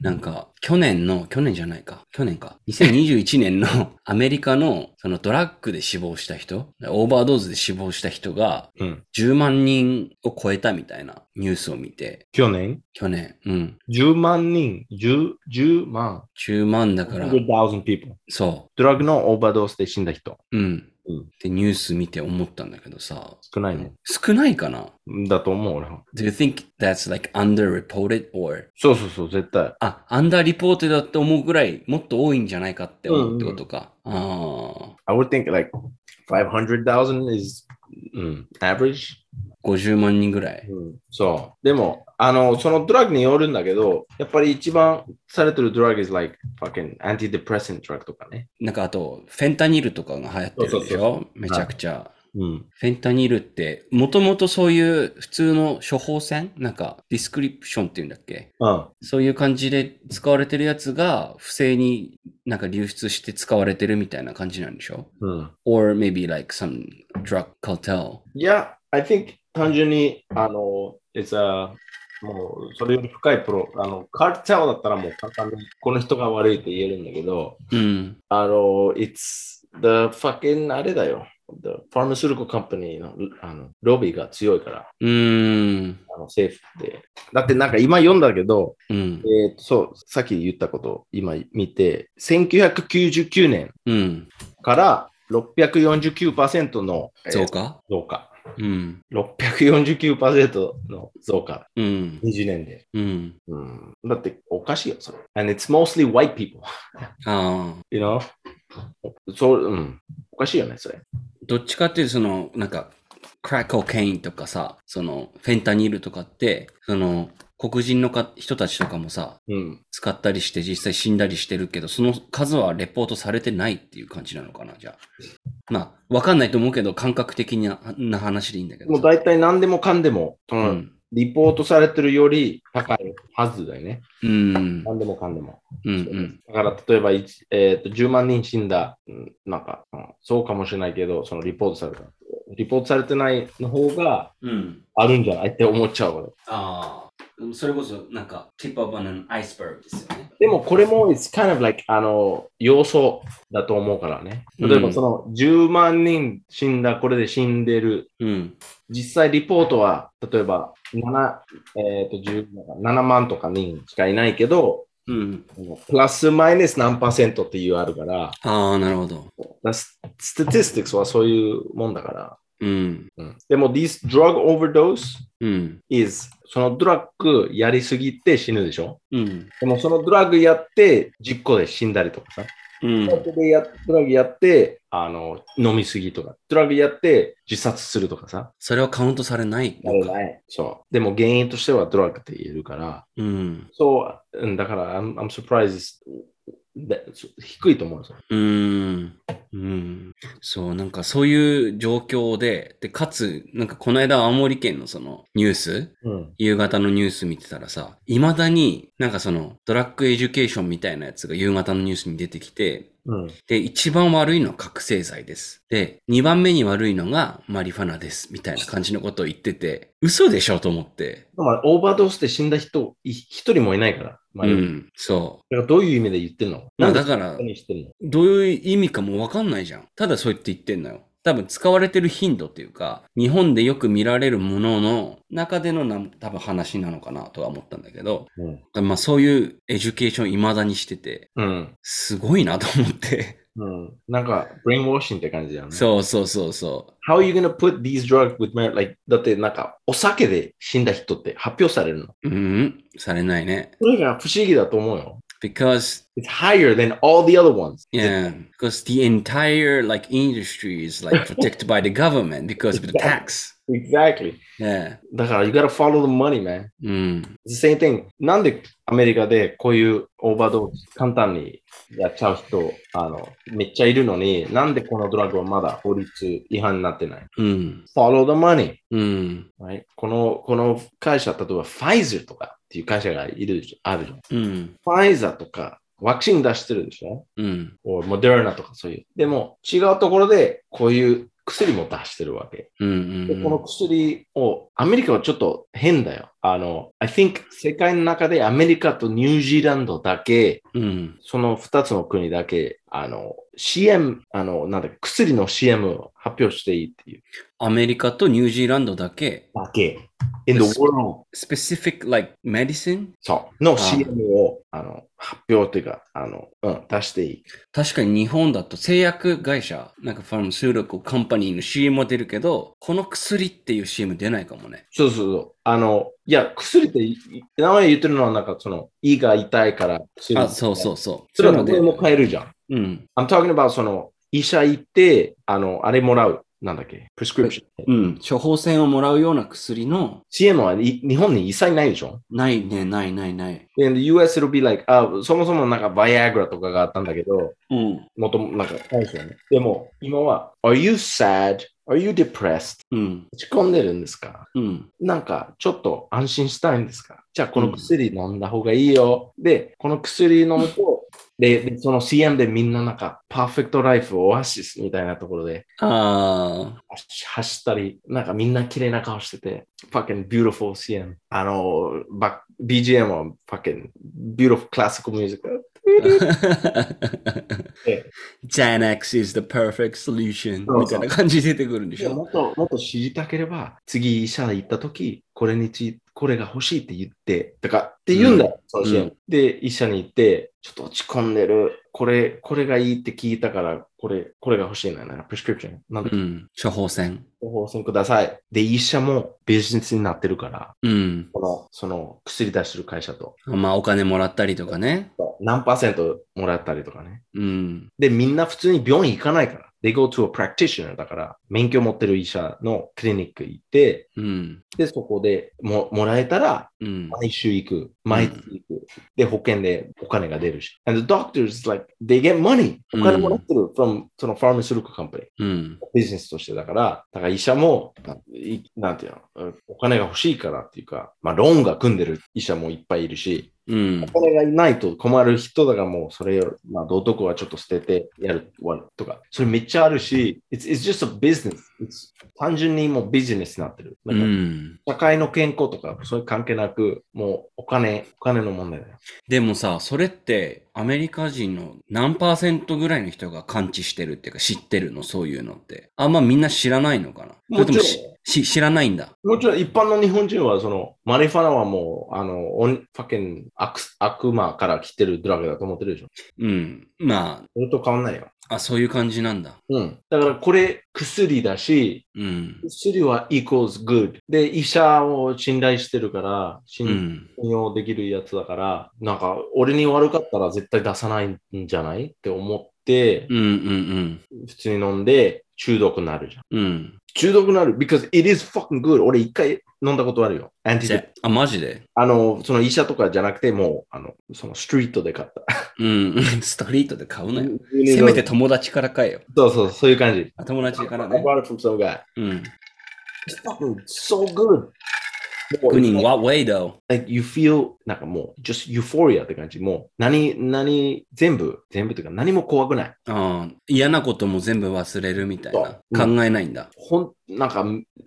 [SPEAKER 1] なんか、去年の、去年じゃないか、去年か、2021年 のアメリカの、そのドラッグで死亡した人、オーバードーズで死亡した人が
[SPEAKER 2] うん。
[SPEAKER 1] 10万人を超えたみたいなニュースを見て、
[SPEAKER 2] 去年
[SPEAKER 1] 去年、うん、
[SPEAKER 2] 10万人、10, 10万。
[SPEAKER 1] 10万だから、
[SPEAKER 2] 100,000 people。
[SPEAKER 1] そ
[SPEAKER 2] ドラッグのオーバードースで死んだ人。
[SPEAKER 1] う、うん。
[SPEAKER 2] うん
[SPEAKER 1] ってニュース見て思ったんだけどさ、
[SPEAKER 2] 少ないね。
[SPEAKER 1] 少ないかな
[SPEAKER 2] だと思う、俺は。
[SPEAKER 1] ?Do you think that's like underreported or
[SPEAKER 2] そうそうそう、絶対。
[SPEAKER 1] あ、アンダーリポートだって思うぐらい、もっと多いんじゃないかって思うってことか。ああ、
[SPEAKER 2] I would think like 500,000 is、average.
[SPEAKER 1] 50万人ぐらい。
[SPEAKER 2] そう。でも、あの、そのドラッグによるんだけど、やっぱり一番されてるドラッグ is like fucking antidepressant drug とかね。
[SPEAKER 1] なんかあと、フェンタニルとかが流行ってるでし
[SPEAKER 2] そうそう
[SPEAKER 1] ょめちゃくちゃ。
[SPEAKER 2] うん。
[SPEAKER 1] フェンタニルって、もともとそういう普通の処方箋なんか、ディスクリプションっていうんだっけ
[SPEAKER 2] うん。
[SPEAKER 1] そういう感じで使われてるやつが、不正になんか流出して使われてるみたいな感じなんでしょ
[SPEAKER 2] うん。
[SPEAKER 1] ?or maybe like some drug cartel.
[SPEAKER 2] いや、I think 単純に、あの、it's a もう、それより深いプロ、あの、カルチャーだったらもう簡単に、この人が悪いって言えるんだけど、
[SPEAKER 1] うん。
[SPEAKER 2] あの、it's the fucking あれだよ。The pharmaceutical company のあのロビーが強いから、
[SPEAKER 1] うーん。
[SPEAKER 2] あの政府って。だってなんか今読んだけど、
[SPEAKER 1] うん。
[SPEAKER 2] えーとそう、さっき言ったことを今見て、1999年
[SPEAKER 1] うん。
[SPEAKER 2] から649%の、えー
[SPEAKER 1] そうか
[SPEAKER 2] 増加。
[SPEAKER 1] うん。
[SPEAKER 2] 649%の増加。
[SPEAKER 1] うん。
[SPEAKER 2] 20年で。
[SPEAKER 1] うん。
[SPEAKER 2] うん、だっておかしいよ、それ。And it's mostly white people,
[SPEAKER 1] ああ。
[SPEAKER 2] you know? そう、うん。おかしいよね、それ。
[SPEAKER 1] どっちかっていうと、その、なんか、クラックコケインとかさ、その、フェンタニルとかって、その、黒人のか人たちとかもさ、
[SPEAKER 2] うん。
[SPEAKER 1] 使ったりして実際死んだりしてるけど、その数はレポートされてないっていう感じなのかな、じゃあ。まあ、わかんないと思うけど、感覚的なな話でいいんだけど
[SPEAKER 2] もう
[SPEAKER 1] さ。
[SPEAKER 2] 大体何でもかんでも、その
[SPEAKER 1] うん
[SPEAKER 2] リポートされてるより高いはずだよね。
[SPEAKER 1] うん。
[SPEAKER 2] 何でもかんでも。
[SPEAKER 1] うんう
[SPEAKER 2] そうです
[SPEAKER 1] ん。
[SPEAKER 2] だから、例えば、いちえーと10万人死んだ、うんなんか、うんそうかもしれないけど、そのリポートされた。リポートされてないの方が
[SPEAKER 1] うん。
[SPEAKER 2] あるんじゃないって思っちゃう俺。
[SPEAKER 1] ああ。でもそれこそ、なんか、tip of an iceberg ですよね。
[SPEAKER 2] でも、これも、it's kind of like, あの、要素だと思うからね。例え
[SPEAKER 1] う
[SPEAKER 2] ば、
[SPEAKER 1] ん
[SPEAKER 2] その、10万人死んだ、これで死んでる
[SPEAKER 1] うん。
[SPEAKER 2] 実際リポートは、例えば7、えー、と10 7万とか人しかいないけど、
[SPEAKER 1] うん。
[SPEAKER 2] プラスマイナス何パーセントっていうあるから、
[SPEAKER 1] ああ、なるほど。
[SPEAKER 2] ステティスティックスはそういうもんだから。
[SPEAKER 1] うん。
[SPEAKER 2] うんでも、this drug overdose
[SPEAKER 1] うん。
[SPEAKER 2] is そのドラッグやりすぎて死ぬでしょ
[SPEAKER 1] うん。
[SPEAKER 2] でもそのドラッグやって実行で死んだりとかさ。
[SPEAKER 1] うん
[SPEAKER 2] ドラッグでやドラッグやってあの飲みすぎとか、ドラッグやって自殺するとかさ。
[SPEAKER 1] それはカウントされない
[SPEAKER 2] な
[SPEAKER 1] の
[SPEAKER 2] る
[SPEAKER 1] か。
[SPEAKER 2] ね。そう。でも原因としてはドラッグって言えるから、
[SPEAKER 1] うん。
[SPEAKER 2] そう、うんだから、I'm, I'm surprised でそう低いと思うんですよ。
[SPEAKER 1] うーん。うん。そう、なんかそういう状況で、で、かつ、なんかこの間青森県のそのニュース、
[SPEAKER 2] うん。
[SPEAKER 1] 夕方のニュース見てたらさ、未だになんかそのドラッグエデュケーションみたいなやつが夕方のニュースに出てきて、
[SPEAKER 2] うん。
[SPEAKER 1] で、一番悪いのは覚醒剤です。で、二番目に悪いのがマリファナです。みたいな感じのことを言ってて、嘘でしょと思って。
[SPEAKER 2] まあ、オーバードースで死んだ人、い一人もいないから。ま
[SPEAKER 1] う
[SPEAKER 2] あ、だ
[SPEAKER 1] ん。そ
[SPEAKER 2] からどういう意味で言ってるの
[SPEAKER 1] う。ま
[SPEAKER 2] な
[SPEAKER 1] あ
[SPEAKER 2] んで
[SPEAKER 1] だから
[SPEAKER 2] 本当、にしてる
[SPEAKER 1] どういう意味かもわかんないじゃん。ただそう言って言ってんのよ。多分使われてる頻度っていうか、日本でよく見られるものの中でのな多分話なのかなとは思ったんだけど、
[SPEAKER 2] の
[SPEAKER 1] まあそういうエデュケーション未だにしてて、
[SPEAKER 2] うん。
[SPEAKER 1] すごいなと思って。
[SPEAKER 2] うん。うん。なんか、ブレインウォッシングって感じだよね。う。
[SPEAKER 1] そうそうそうそ
[SPEAKER 2] How are you gonna put these drugs with merit? Like, だってなんか、お酒で死んだ人って発表されるの。
[SPEAKER 1] う。うん、されないね。
[SPEAKER 2] それが不思議だと思うよ。
[SPEAKER 1] because
[SPEAKER 2] It's higher than all the other ones.
[SPEAKER 1] Yeah, because the entire like industry is like protected by the government because of the tax.
[SPEAKER 2] Exactly.
[SPEAKER 1] Yeah.
[SPEAKER 2] だから、you gotta follow the money, man.
[SPEAKER 1] うん。
[SPEAKER 2] The same thing. なんでアメリカでこういうオーバードーズ簡単にやっちゃう人あのめっちゃいるのに、なんでこのドラッグはまだ法律違反になってない
[SPEAKER 1] うん。
[SPEAKER 2] ?Follow the money!、
[SPEAKER 1] うん。
[SPEAKER 2] right? このこの会社、例えばファイザーとかっていう会社がいるじゃんあるじゃん。フ
[SPEAKER 1] うん。
[SPEAKER 2] ァイザーとかワクチン出してるでしょ
[SPEAKER 1] うん。
[SPEAKER 2] ?or モデルナとかそういう。でも違うところでこういう薬も出してるわけ。
[SPEAKER 1] うん。う
[SPEAKER 2] で、
[SPEAKER 1] ん
[SPEAKER 2] この薬を、アメリカはちょっと変だよ。あの、I think 世界の中でアメリカとニュージーランドだけ、
[SPEAKER 1] うん。
[SPEAKER 2] その2つの国だけ、あの、CM、あの、なんだっけ薬の CM を発表していいっていう。
[SPEAKER 1] アメリカとニュージーランドだけ、
[SPEAKER 2] だけ。in the world.
[SPEAKER 1] specific like medicine?
[SPEAKER 2] そう。の
[SPEAKER 1] ー
[SPEAKER 2] CM を、あの、発表というか、あの、うん、出していい。
[SPEAKER 1] 確かに日本だと製薬会社、なんかファームスールコカンパニーの CM も出るけど、この薬っていう CM 出ないかもね。
[SPEAKER 2] そうそうそう。あの、いや、薬ってい、名前言ってるのは、なんかその、胃が痛いから薬。
[SPEAKER 1] あ、そうそうそう。
[SPEAKER 2] それは
[SPEAKER 1] う
[SPEAKER 2] ど
[SPEAKER 1] いう
[SPEAKER 2] こで
[SPEAKER 1] の
[SPEAKER 2] も買えるじゃん。
[SPEAKER 1] でうん。
[SPEAKER 2] I'm talking about その医者行って、あの、あれもらう。なんだっけ ?prescription。
[SPEAKER 1] うん。処方箋をもらうような薬の、
[SPEAKER 2] CM はい日本に一切ないでしょ
[SPEAKER 1] ないね、ないないない。
[SPEAKER 2] で ?in the US it'll be like, あ、そもそもなんか Viagra とかがあったんだけど、
[SPEAKER 1] うん。
[SPEAKER 2] もともなんかないですよね。でも、今は、are you sad? Are you depressed?
[SPEAKER 1] うん。
[SPEAKER 2] 落ち込んでるんですか
[SPEAKER 1] うん。
[SPEAKER 2] なんか、ちょっと安心したいんですかじゃあ、この薬飲んだ方がいいよ。で、この薬飲むと、で、でその CM でみんななんか、パーフェクトライフオアシスみたいなところで、
[SPEAKER 1] ああ、
[SPEAKER 2] 走ったり、なんかみんな綺麗な顔してて、fucking beautiful CM。あの、バ BGM は fucking beautiful classical music。
[SPEAKER 1] Xanax is the perfect solution
[SPEAKER 2] そう
[SPEAKER 1] み
[SPEAKER 2] そ
[SPEAKER 1] た
[SPEAKER 2] う
[SPEAKER 1] いな感じで出てくるんで
[SPEAKER 2] い
[SPEAKER 1] し
[SPEAKER 2] や
[SPEAKER 1] ょ
[SPEAKER 2] もっと、もっと知りたければ、次医者行った時、これについこれが欲しいって言って、とかって言うんだよ、その CM、
[SPEAKER 1] うん
[SPEAKER 2] で、医者に行って、ちょっと落ち込んでる、これ、これがいいって聞いたから、これ、これが欲しいんだよな、プレスクリプション。なんで
[SPEAKER 1] う、ん。処方箋。
[SPEAKER 2] 処方箋ください。で、医者もビジネスになってるから、
[SPEAKER 1] うん。
[SPEAKER 2] この、その薬出してる会社と。
[SPEAKER 1] まあ、お金もらったりとかね。
[SPEAKER 2] 何パーセントもらったりとかね。
[SPEAKER 1] うん。
[SPEAKER 2] で、みんな普通に病院行かないから。They go to a practitioner だから、免許持ってる医者のクリニック行って、
[SPEAKER 1] うん。
[SPEAKER 2] で、そこでももらえたら、
[SPEAKER 1] うん。
[SPEAKER 2] 毎週行く。毎月行く。で、保険でお金が出るし。And the doctors, like, they get money. お金もらってる。from その pharmaceutical company。
[SPEAKER 1] うん。
[SPEAKER 2] ビジネスとしてだから、だから医者も、ないなんていうの、うんお金が欲しいからっていうか、まあ、ローンが組んでる医者もいっぱいいるし、
[SPEAKER 1] うん。
[SPEAKER 2] お金がないと困る人だからもうそれを、まあ、道徳はちょっと捨ててやるとか、それめっちゃあるし、it's, it's just a business. It's 単純にもうビジネスになってる。だ
[SPEAKER 1] う
[SPEAKER 2] から
[SPEAKER 1] ん。
[SPEAKER 2] 社会の健康とか、そういう関係なく、もうお金、お金の問題だよ。
[SPEAKER 1] でもさ、それってアメリカ人の何パーセントぐらいの人が感知してるっていうか知ってるの、そういうのって。あんまみんな知らないのかな
[SPEAKER 2] もちろ
[SPEAKER 1] それと
[SPEAKER 2] ん
[SPEAKER 1] しし知らないんだ。
[SPEAKER 2] もちろん一般の日本人は、その、マリファナはもう、あの、オン、ファケン悪、悪魔から来てるドラッグだと思ってるでしょ。
[SPEAKER 1] うん。ま
[SPEAKER 2] それと変わんないよ。
[SPEAKER 1] あ、あ、そういう感じなんだ。
[SPEAKER 2] うん。だからこれ薬だし、
[SPEAKER 1] うん。
[SPEAKER 2] 薬は equals good。で、医者を信頼してるから、
[SPEAKER 1] う
[SPEAKER 2] 信
[SPEAKER 1] ん。
[SPEAKER 2] 信用できるやつだから、なんか、俺に悪かったら絶対出さないんじゃないって思って
[SPEAKER 1] う、んうん
[SPEAKER 2] 普通に飲んで中毒になるじゃん。
[SPEAKER 1] うん。うん。
[SPEAKER 2] 中毒になる because it is fucking good。俺一回飲んだことあるよ。アンティ
[SPEAKER 1] ぜあ、マジで
[SPEAKER 2] あの、その医者とかじゃなくて、もう、あの、そのストリートで買った。
[SPEAKER 1] うん。 ストリートで買うなよ。せ
[SPEAKER 2] せ
[SPEAKER 1] めて友達から買えよ。
[SPEAKER 2] そうそう、そういう感じ。
[SPEAKER 1] あ友達からね
[SPEAKER 2] I。bought it from some guy.
[SPEAKER 1] うん。
[SPEAKER 2] It's fucking so good. もう
[SPEAKER 1] Good in what way though?
[SPEAKER 2] like you feel なんかもう just euphoria って感じもう何何全部全部というか何も怖くない
[SPEAKER 1] あー嫌なことも全部忘れるみたいな。
[SPEAKER 2] そ
[SPEAKER 1] 考
[SPEAKER 2] う
[SPEAKER 1] えないんだ。
[SPEAKER 2] ほんなんか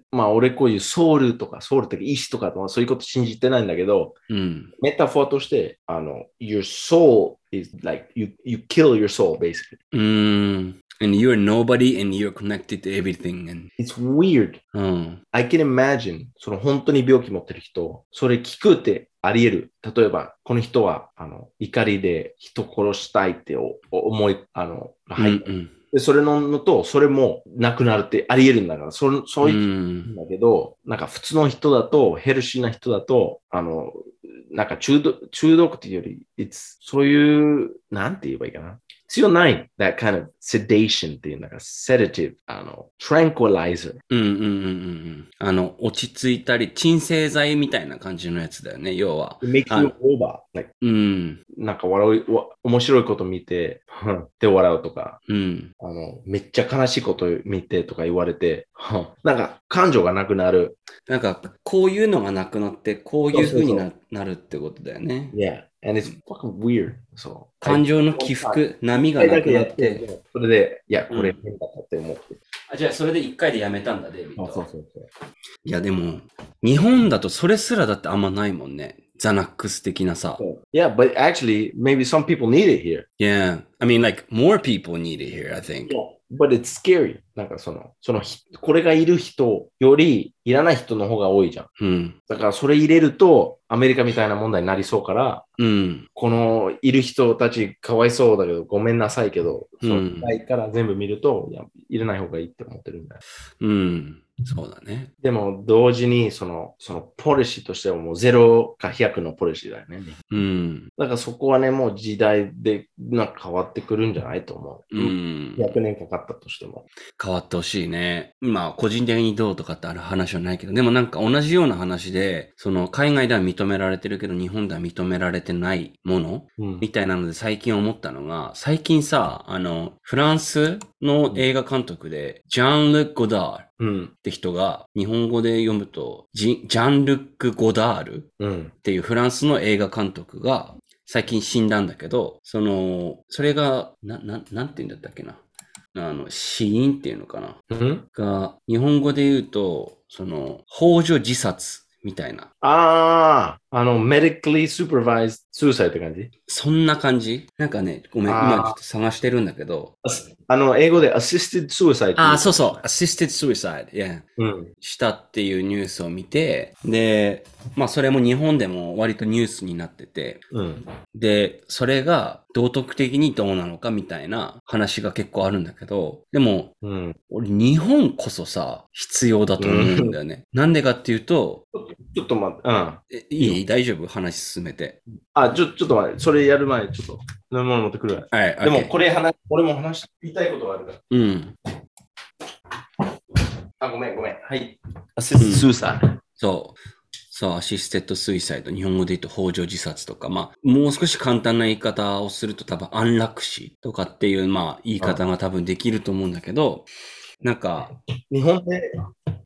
[SPEAKER 2] まあ俺こういうソウルとかソウルとか意志とかまあそういうこと信じてないんだけど
[SPEAKER 1] うん。
[SPEAKER 2] メタフォーとしてあの your soul is like you, you kill your soul basically
[SPEAKER 1] うーん。And you're nobody and you're connected to everything. And...
[SPEAKER 2] it's weird
[SPEAKER 1] うん。
[SPEAKER 2] I can imagine その本当に病気持ってる人それ聞くってあり得る例えばこの人はあの怒りで人殺したいっておお思いあの
[SPEAKER 1] は
[SPEAKER 2] 入
[SPEAKER 1] い
[SPEAKER 2] っ。で、それののと、それもなくなるってあり得るんだから、そのそうういう人
[SPEAKER 1] ん。
[SPEAKER 2] なんだけど、なんか普通の人だと、ヘルシーな人だと、あの、なんか中毒、中毒っていうより、it's- そういう、なんて言えばいいかな。必要ない。that kind of sedation っていう、なんか sedative、あの、tranquilizer。
[SPEAKER 1] うんうんうんうんうん。あの、落ち着いたり、鎮静剤みたいな感じのやつだよね、要は。
[SPEAKER 2] It makes
[SPEAKER 1] あ
[SPEAKER 2] you
[SPEAKER 1] の
[SPEAKER 2] over. Like,
[SPEAKER 1] うん。
[SPEAKER 2] なんか笑い、わ面白いこと見て、で笑うとか。
[SPEAKER 1] うん。
[SPEAKER 2] あの、めっちゃ悲しいこと見てとか言われて、なんか感情がなくなる。
[SPEAKER 1] なんか、こういうのがなくなって、こういうふうに
[SPEAKER 2] そ
[SPEAKER 1] ななるってことだよね。
[SPEAKER 2] Yeah, and it's fucking weird. そう。
[SPEAKER 1] 感情の起伏、波がなくなって。、
[SPEAKER 2] それで、いや、
[SPEAKER 1] うん
[SPEAKER 2] これ変だったって思って。
[SPEAKER 1] あじゃあ、それで一回でやめたんだ、デイビッドは
[SPEAKER 2] そうそう。
[SPEAKER 1] いや、でも、日本だとそれすらだってあんまないもんね。ザナックス的なさ。
[SPEAKER 2] Yeah, but actually, maybe some people need it here.
[SPEAKER 1] Yeah. I mean, like, more people need it here, I think.
[SPEAKER 2] But it's scary. なんかその、そのひ、これがいる人よりいらない人の方が多いじゃん。
[SPEAKER 1] うん。
[SPEAKER 2] だからそれ入れると、アメリカみたいな問題になりそうから、
[SPEAKER 1] うん。
[SPEAKER 2] このいる人たちかわいそうだけど、ごめんなさいけど、
[SPEAKER 1] うん
[SPEAKER 2] その外から全部見ると、いや、入れない方がいいって思ってるんだよ
[SPEAKER 1] うん。そうだね。
[SPEAKER 2] でも同時にその、そのポリシーとしてはもう0か100のポリシーだよね。
[SPEAKER 1] うん。
[SPEAKER 2] だからそこはね、もう時代でなんか変わってくるんじゃないと思う。
[SPEAKER 1] う。ん。
[SPEAKER 2] 100年かかったとしても。
[SPEAKER 1] 変わってほしいね。まあ、個人的にどうとかってある話はないけど、でもなんか同じような話で、その、海外では認められてるけど、日本では認められてないもの
[SPEAKER 2] うん
[SPEAKER 1] みたいなので最近思ったのが、最近さ、あの、フランスの映画監督で、ジャン・ルック・ゴダール。
[SPEAKER 2] うん
[SPEAKER 1] っ。て人が、日本語で読むと、ジジャン・ルック・ゴダールっ
[SPEAKER 2] うん。
[SPEAKER 1] ていうフランスの映画監督が、最近死んだんだけど、その、それが、な、ななんて言うんだったっけな。あの、死因っていうのかな。
[SPEAKER 2] うん、
[SPEAKER 1] が、日本語で言うと、その、法助自殺みたいな。
[SPEAKER 2] ああ、あの、medically supervised suicide って感じ
[SPEAKER 1] そんな感じなんかね、ごめん、
[SPEAKER 2] あー
[SPEAKER 1] 今ちょっと探してるんだけど。
[SPEAKER 2] あすあの、英語で assisted suicide。
[SPEAKER 1] ああ、そうそう。assisted suicide. Yeah.
[SPEAKER 2] う。うん。
[SPEAKER 1] したっていうニュースを見て、で、まあそれも日本でも割とニュースになってて、
[SPEAKER 2] うん。
[SPEAKER 1] で、それが道徳的にどうなのかみたいな話が結構あるんだけど、でも、
[SPEAKER 2] うん。
[SPEAKER 1] 俺日本こそさ、必要だと思うんだよね。なんでかっていうと、
[SPEAKER 2] ちょっと待って、うん。
[SPEAKER 1] えいい大丈夫話進めて。
[SPEAKER 2] あ、ちょ、ちょっと待って、それやる前にちょっと、飲み物持ってくるわ。
[SPEAKER 1] はい、
[SPEAKER 2] でも、
[SPEAKER 1] OK
[SPEAKER 2] これ話、俺も話し、言いたいことがあるから。
[SPEAKER 1] うん。
[SPEAKER 2] あ、ごめん、ごめん。はい。assisted suicide。
[SPEAKER 1] そう。そう、アシステッドスイサイド、日本語で言うと法上自殺とか、まあ、もう少し簡単な言い方をすると多分安楽死とかっていう、まあ、言い方が多分できると思うんだけど、なんか、
[SPEAKER 2] 日本で、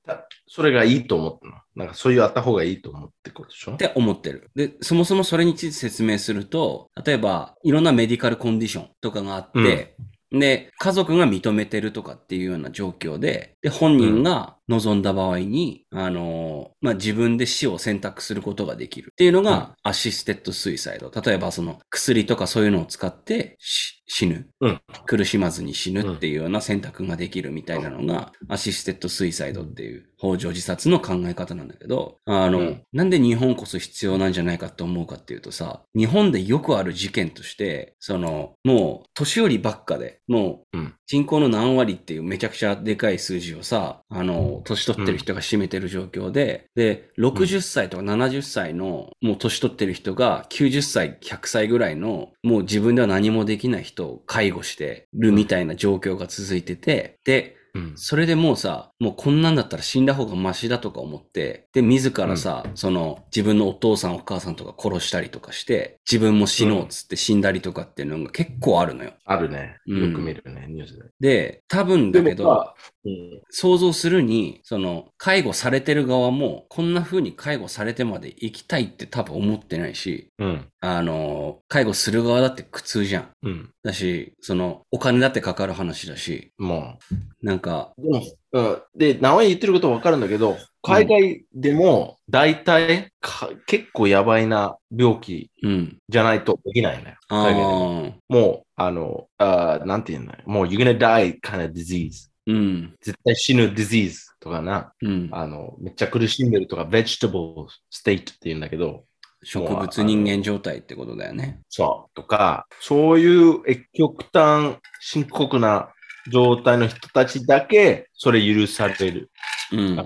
[SPEAKER 2] たそれがいいと思ったの。なんかそういうあった方がいいと思ってことでしょ
[SPEAKER 1] って思ってる。で、そもそもそれについて説明すると、例えば、いろんなメディカルコンディションとかがあって、で、家族が認めてるとかっていうような状況で、で、本人が望んだ場合に、あのー、まあ、自分で死を選択することができるっていうのが、アシステッドスイサイド。例えば、その薬とかそういうのを使ってし死ぬ。
[SPEAKER 2] うん
[SPEAKER 1] 苦しまずに死ぬっていうような選択ができるみたいなのが、アシステッドスイサイドっていう、法上自殺の考え方なんだけど、あの、
[SPEAKER 2] うん
[SPEAKER 1] なんで日本こそ必要なんじゃないかと思うかっていうとさ、日本でよくある事件として、その、もう、年寄りばっかで、もう
[SPEAKER 2] うん、
[SPEAKER 1] 人口の何割っていうめちゃくちゃでかい数字をさ、あの、年取ってる人が占めてる状況で、で、60歳とか70歳の、もう年取ってる人が90歳、100歳ぐらいの、もう自分では何もできない人を介護してるみたいな状況が続いてて、で、
[SPEAKER 2] うん。
[SPEAKER 1] それでもうさ、もうこんなんだったら死んだ方がマシだとか思って、で、自らさ、その自分のお父さんお母さんとか殺したりとかして、自分も死のうっつって死んだりとかっていうのが結構あるのよ。
[SPEAKER 2] あるね。
[SPEAKER 1] うん
[SPEAKER 2] よく見るね、ニュースで。
[SPEAKER 1] で、多分だけ
[SPEAKER 2] ま
[SPEAKER 1] ど、
[SPEAKER 2] あうん
[SPEAKER 1] 想像するに、その、介護されてる側も、こんな風に介護されてまで生きたいって多分思ってないし、
[SPEAKER 2] うん。
[SPEAKER 1] あの、介護する側だって苦痛じゃん。
[SPEAKER 2] うん。
[SPEAKER 1] だし、その、お金だってかかる話だし、
[SPEAKER 2] も
[SPEAKER 1] なんか、
[SPEAKER 2] う。でも、うん、で、名前言ってることわかるんだけど、海外でも、大体か、結構やばいな病気
[SPEAKER 1] うん。
[SPEAKER 2] じゃないとできないね。
[SPEAKER 1] あ
[SPEAKER 2] 海外でも。
[SPEAKER 1] あ、
[SPEAKER 2] もう、あの、あーなんて言うんだよ。もう、you're gonna die kind of disease.
[SPEAKER 1] うん、
[SPEAKER 2] 絶対死ぬ disease とかな。
[SPEAKER 1] うん。
[SPEAKER 2] あの、めっちゃ苦しんでるとか、vegetable state って言うんだけど、
[SPEAKER 1] 植物人間状態ってことだよね。
[SPEAKER 2] そう。とか、そういうえ極端、深刻な状態の人たちだけ、それ許される。
[SPEAKER 1] う
[SPEAKER 2] あ
[SPEAKER 1] ん。
[SPEAKER 2] の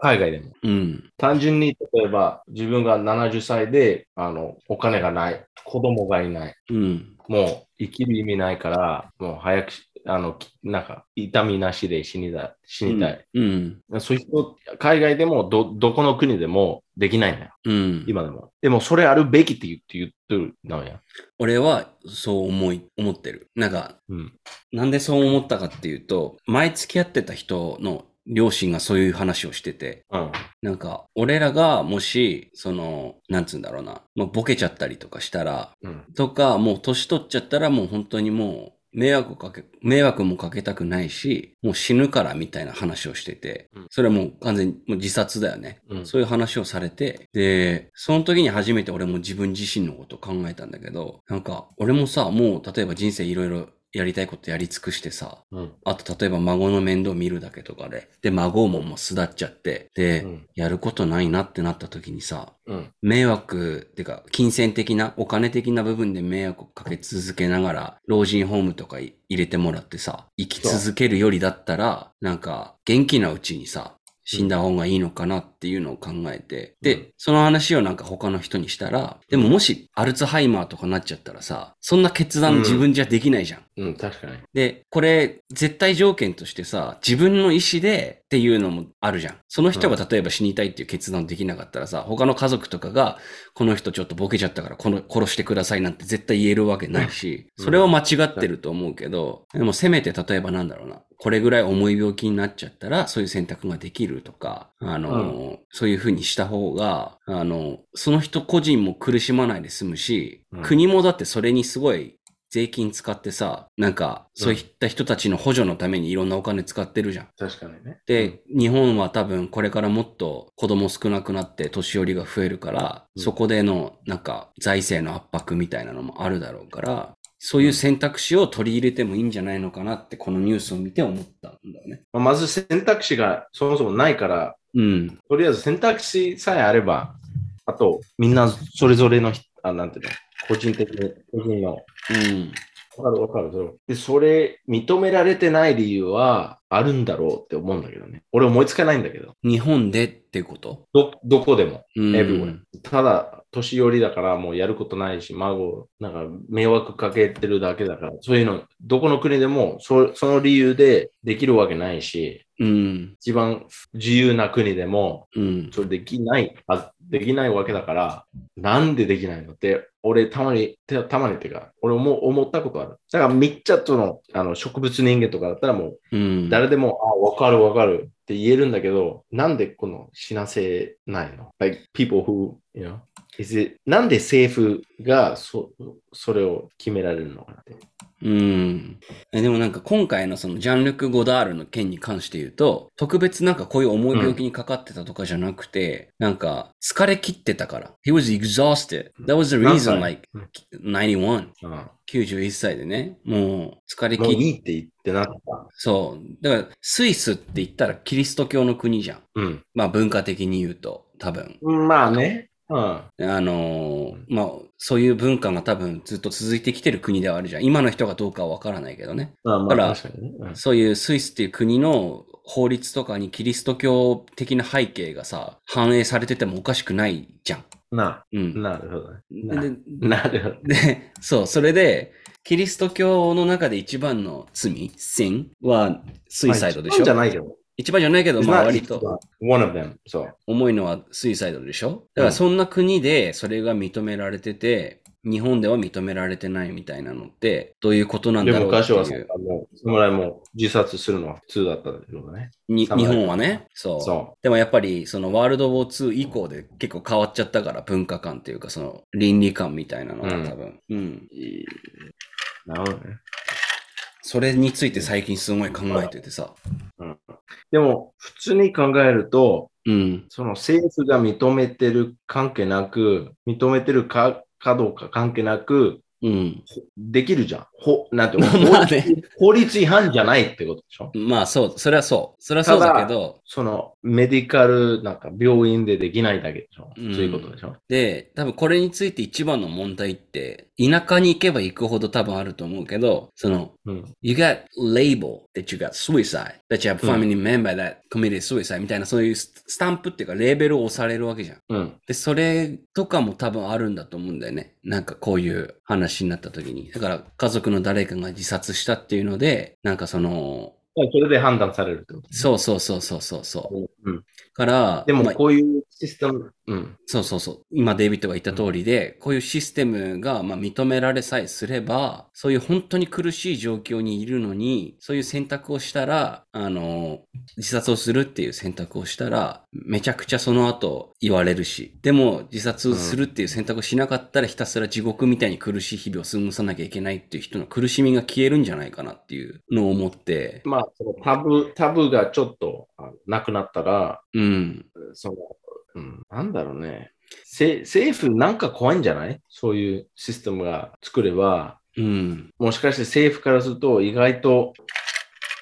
[SPEAKER 2] 海外でも。
[SPEAKER 1] うん。
[SPEAKER 2] 単純に、例えば、自分が70歳で、あの、お金がない、子供がいない、
[SPEAKER 1] うん。
[SPEAKER 2] もう生きる意味ないから、もう早くし、あの、きなんか、痛みなしで死にだ死にたい。
[SPEAKER 1] うん。
[SPEAKER 2] そういう人、海外でも、ど、どこの国でもできないんだよ。
[SPEAKER 1] うん。
[SPEAKER 2] 今でも。でも、それあるべきって言って言ってるのや。
[SPEAKER 1] 俺はそう思い、思ってる。なんか、
[SPEAKER 2] うん。
[SPEAKER 1] なんでそう思ったかっていうと、前付き合ってた人の両親がそういう話をしてて、
[SPEAKER 2] うん。
[SPEAKER 1] なんか、俺らがもし、その、なんつうんだろうな、まあ、ボケちゃったりとかしたら、
[SPEAKER 2] うん。
[SPEAKER 1] とか、もう年取っちゃったらもう本当にもう、迷惑をかけ、迷惑もかけたくないし、もう死ぬからみたいな話をしてて
[SPEAKER 2] うん、
[SPEAKER 1] それはもう完全にもう自殺だよね。
[SPEAKER 2] うん
[SPEAKER 1] そういう話をされて、で、その時に初めて俺も自分自身のことを考えたんだけど、なんか、俺もさ、もう例えば人生いろいろやりたいことやり尽くしてさ、
[SPEAKER 2] うん。
[SPEAKER 1] あと例えば孫の面倒見るだけとかで、で、孫ももう巣立っちゃって、で、
[SPEAKER 2] うん
[SPEAKER 1] やることないなってなった時にさ、
[SPEAKER 2] うん。
[SPEAKER 1] 迷惑っていうか、金銭的な、お金的な部分で迷惑をかけ続けながら、老人ホームとかい入れてもらってさ、生き続けるよりだったら、なんか、元気なうちにさ、死んだ方がいいのかなっていうのを考えて、
[SPEAKER 2] う
[SPEAKER 1] で
[SPEAKER 2] ん、
[SPEAKER 1] その話をなんか他の人にしたら、でももしアルツハイマーとかなっちゃったらさ、そんな決断自分じゃできないじゃん。
[SPEAKER 2] うん、確かに。
[SPEAKER 1] で、これ、絶対条件としてさ、自分の意思でっていうのもあるじゃん。その人が例えば死にたいっていう決断できなかったらさ、他の家族とかが、この人ちょっとボケちゃったから、この、殺してくださいなんて絶対言えるわけないし、
[SPEAKER 2] うん
[SPEAKER 1] それは間違ってると思うけど、でもせめて例えばなんだろうな、これぐらい重い病気になっちゃったら、そういう選択ができるとか、あの、そういうふうにした方が、あの、その人個人も苦しまないで済むし、
[SPEAKER 2] うん
[SPEAKER 1] 国もだってそれにすごい税金使ってさ、なんか、そういった人たちの補助のためにいろんなお金使ってるじゃん。
[SPEAKER 2] 確かにね。
[SPEAKER 1] で、日本は多分これからもっと子供少なくなって年寄りが増えるから、
[SPEAKER 2] うん
[SPEAKER 1] そこでのなんか財政の圧迫みたいなのもあるだろうから、そういう選択肢を取り入れてもいいんじゃないのかなってこのニュースを見て思ったんだよね。
[SPEAKER 2] まあまず選択肢がそもそもないから、
[SPEAKER 1] うん。
[SPEAKER 2] とりあえず選択肢さえあれば、あと、みんなそれぞれのひ、あなんていうの、個人的に、個人の、
[SPEAKER 1] うん。
[SPEAKER 2] わかるわかるそれで。それ、認められてない理由はあるんだろうって思うんだけどね。俺思いつかないんだけど、
[SPEAKER 1] 日本でってこと
[SPEAKER 2] ど、どこでも、
[SPEAKER 1] うん。
[SPEAKER 2] everywhere。ただ、年寄りだからもうやることないし、孫、なんか迷惑かけてるだけだから、そういうの、どこの国でもそ、その理由でできるわけないし、
[SPEAKER 1] うん。
[SPEAKER 2] 一番自由な国でも、
[SPEAKER 1] うん。
[SPEAKER 2] それできないは、できないわけだから、なんでできないのって、俺たまに、てたまにっていうか、俺も思ったことある。だからめっちゃその、あの、植物人間とかだったらもう、
[SPEAKER 1] うん。
[SPEAKER 2] 誰でも、あ、わかるわかるって言えるんだけど、なんでこの死なせないの ?Like, people who, you know, is it, なんで政府がそそれを決められるのかなって。
[SPEAKER 1] うん。えでもなんか今回のそのジャンルク・ゴダールの件に関して言うと、特別なんかこういう重い病気にかかってたとかじゃなくて、なんか疲れ切ってたから。He was exhausted. That was the
[SPEAKER 2] 何歳
[SPEAKER 1] reason like
[SPEAKER 2] うん
[SPEAKER 1] 91。
[SPEAKER 2] あ
[SPEAKER 1] 91歳でね、もう疲れ
[SPEAKER 2] もう
[SPEAKER 1] 切り、
[SPEAKER 2] いいって言ってなった。
[SPEAKER 1] そう。だから、スイスって言ったらキリスト教の国じゃん。
[SPEAKER 2] うん。
[SPEAKER 1] まあ文化的に言うと、多分。
[SPEAKER 2] まあね。うん。
[SPEAKER 1] あのーまあ、そういう文化が多分ずっと続いてきてる国ではあるじゃん。今の人がどうかはわからないけどね。
[SPEAKER 2] まあま
[SPEAKER 1] だか
[SPEAKER 2] あ
[SPEAKER 1] ら
[SPEAKER 2] 確かにね。うん
[SPEAKER 1] そういうスイスっていう国の法律とかにキリスト教的な背景がさ、反映されててもおかしくないじゃん。
[SPEAKER 2] な
[SPEAKER 1] うん。
[SPEAKER 2] なるほどね。
[SPEAKER 1] で
[SPEAKER 2] なるほど。
[SPEAKER 1] で、そう、それで、キリスト教の中で一番の罪、sin は、スイサイドでし
[SPEAKER 2] まあ一番
[SPEAKER 1] ょ、
[SPEAKER 2] じゃないよ。
[SPEAKER 1] 一番じゃないけど、まあ
[SPEAKER 2] It's not
[SPEAKER 1] 割と
[SPEAKER 2] One of them. そう。
[SPEAKER 1] 重いのはスイサイドでしょだからそんな国でそれが認められてて、日本では認められてないみたいなのって、どういうことなんだ
[SPEAKER 2] で、
[SPEAKER 1] ろうっ
[SPEAKER 2] 昔
[SPEAKER 1] て
[SPEAKER 2] はさ
[SPEAKER 1] いう。
[SPEAKER 2] もう、侍も自殺するのは普通だったんだけどね。
[SPEAKER 1] に
[SPEAKER 2] 侍
[SPEAKER 1] 日本はね、そう。
[SPEAKER 2] そ
[SPEAKER 1] でもやっぱり、そのワールドウォー2以降で結構変わっちゃったから、文化観っていうか、その倫理観みたいなのが多分。うん。
[SPEAKER 2] う。いいなるほどね。
[SPEAKER 1] それについて最近すごい考えててさ。
[SPEAKER 2] でも、普通に考えると、
[SPEAKER 1] うん。
[SPEAKER 2] その政府が認めてる関係なく、認めてるかかどうか関係なく、
[SPEAKER 1] うん。
[SPEAKER 2] できるじゃん。ほなん て
[SPEAKER 1] まあね
[SPEAKER 2] 法律法律違反じゃないってことでしょ
[SPEAKER 1] まあそう、それはそう。それはそうだけど、
[SPEAKER 2] そのメディカル、なんか病院でできないだけでしょ、
[SPEAKER 1] うん
[SPEAKER 2] そういうことでしょ
[SPEAKER 1] で、多分これについて一番の問題って、田舎に行けば行くほど多分あると思うけど、その、
[SPEAKER 2] うん。
[SPEAKER 1] You got label that you got suicide, that you have family member that committed suicide みたいな、そういうススタンプっていうかレーベルを押されるわけじゃん。
[SPEAKER 2] うん。
[SPEAKER 1] で、それとかも多分あるんだと思うんだよね。なんかこういう話になった時に。だから家族の誰かが自殺したっていうので、なんかその、
[SPEAKER 2] それで判断されるってこと、
[SPEAKER 1] そうそうそうそうそうそう。
[SPEAKER 2] うん。
[SPEAKER 1] から、
[SPEAKER 2] でも、
[SPEAKER 1] まあ
[SPEAKER 2] こういうシステム、うん。
[SPEAKER 1] そうそうそう。今デイビッドが言った通りで、こういうシステムがまあ認められさえすれば、そういう本当に苦しい状況にいるのに、そういう選択をしたら、あの、自殺をするっていう選択をしたら、めちゃくちゃその後言われるし、でも自殺をするっていう選択をしなかったらひたすら地獄みたいに苦しい日々を過ごさなきゃいけないっていう人の苦しみが消えるんじゃないかなっていうのを思って、
[SPEAKER 2] まあ、そのタブ、タブがちょっとあのなくなったら、
[SPEAKER 1] うん、
[SPEAKER 2] その、うん、なんだろうね。せ政府なんか怖いんじゃないそういうシステムが作れば、
[SPEAKER 1] うん、
[SPEAKER 2] もしかして政府からすると意外と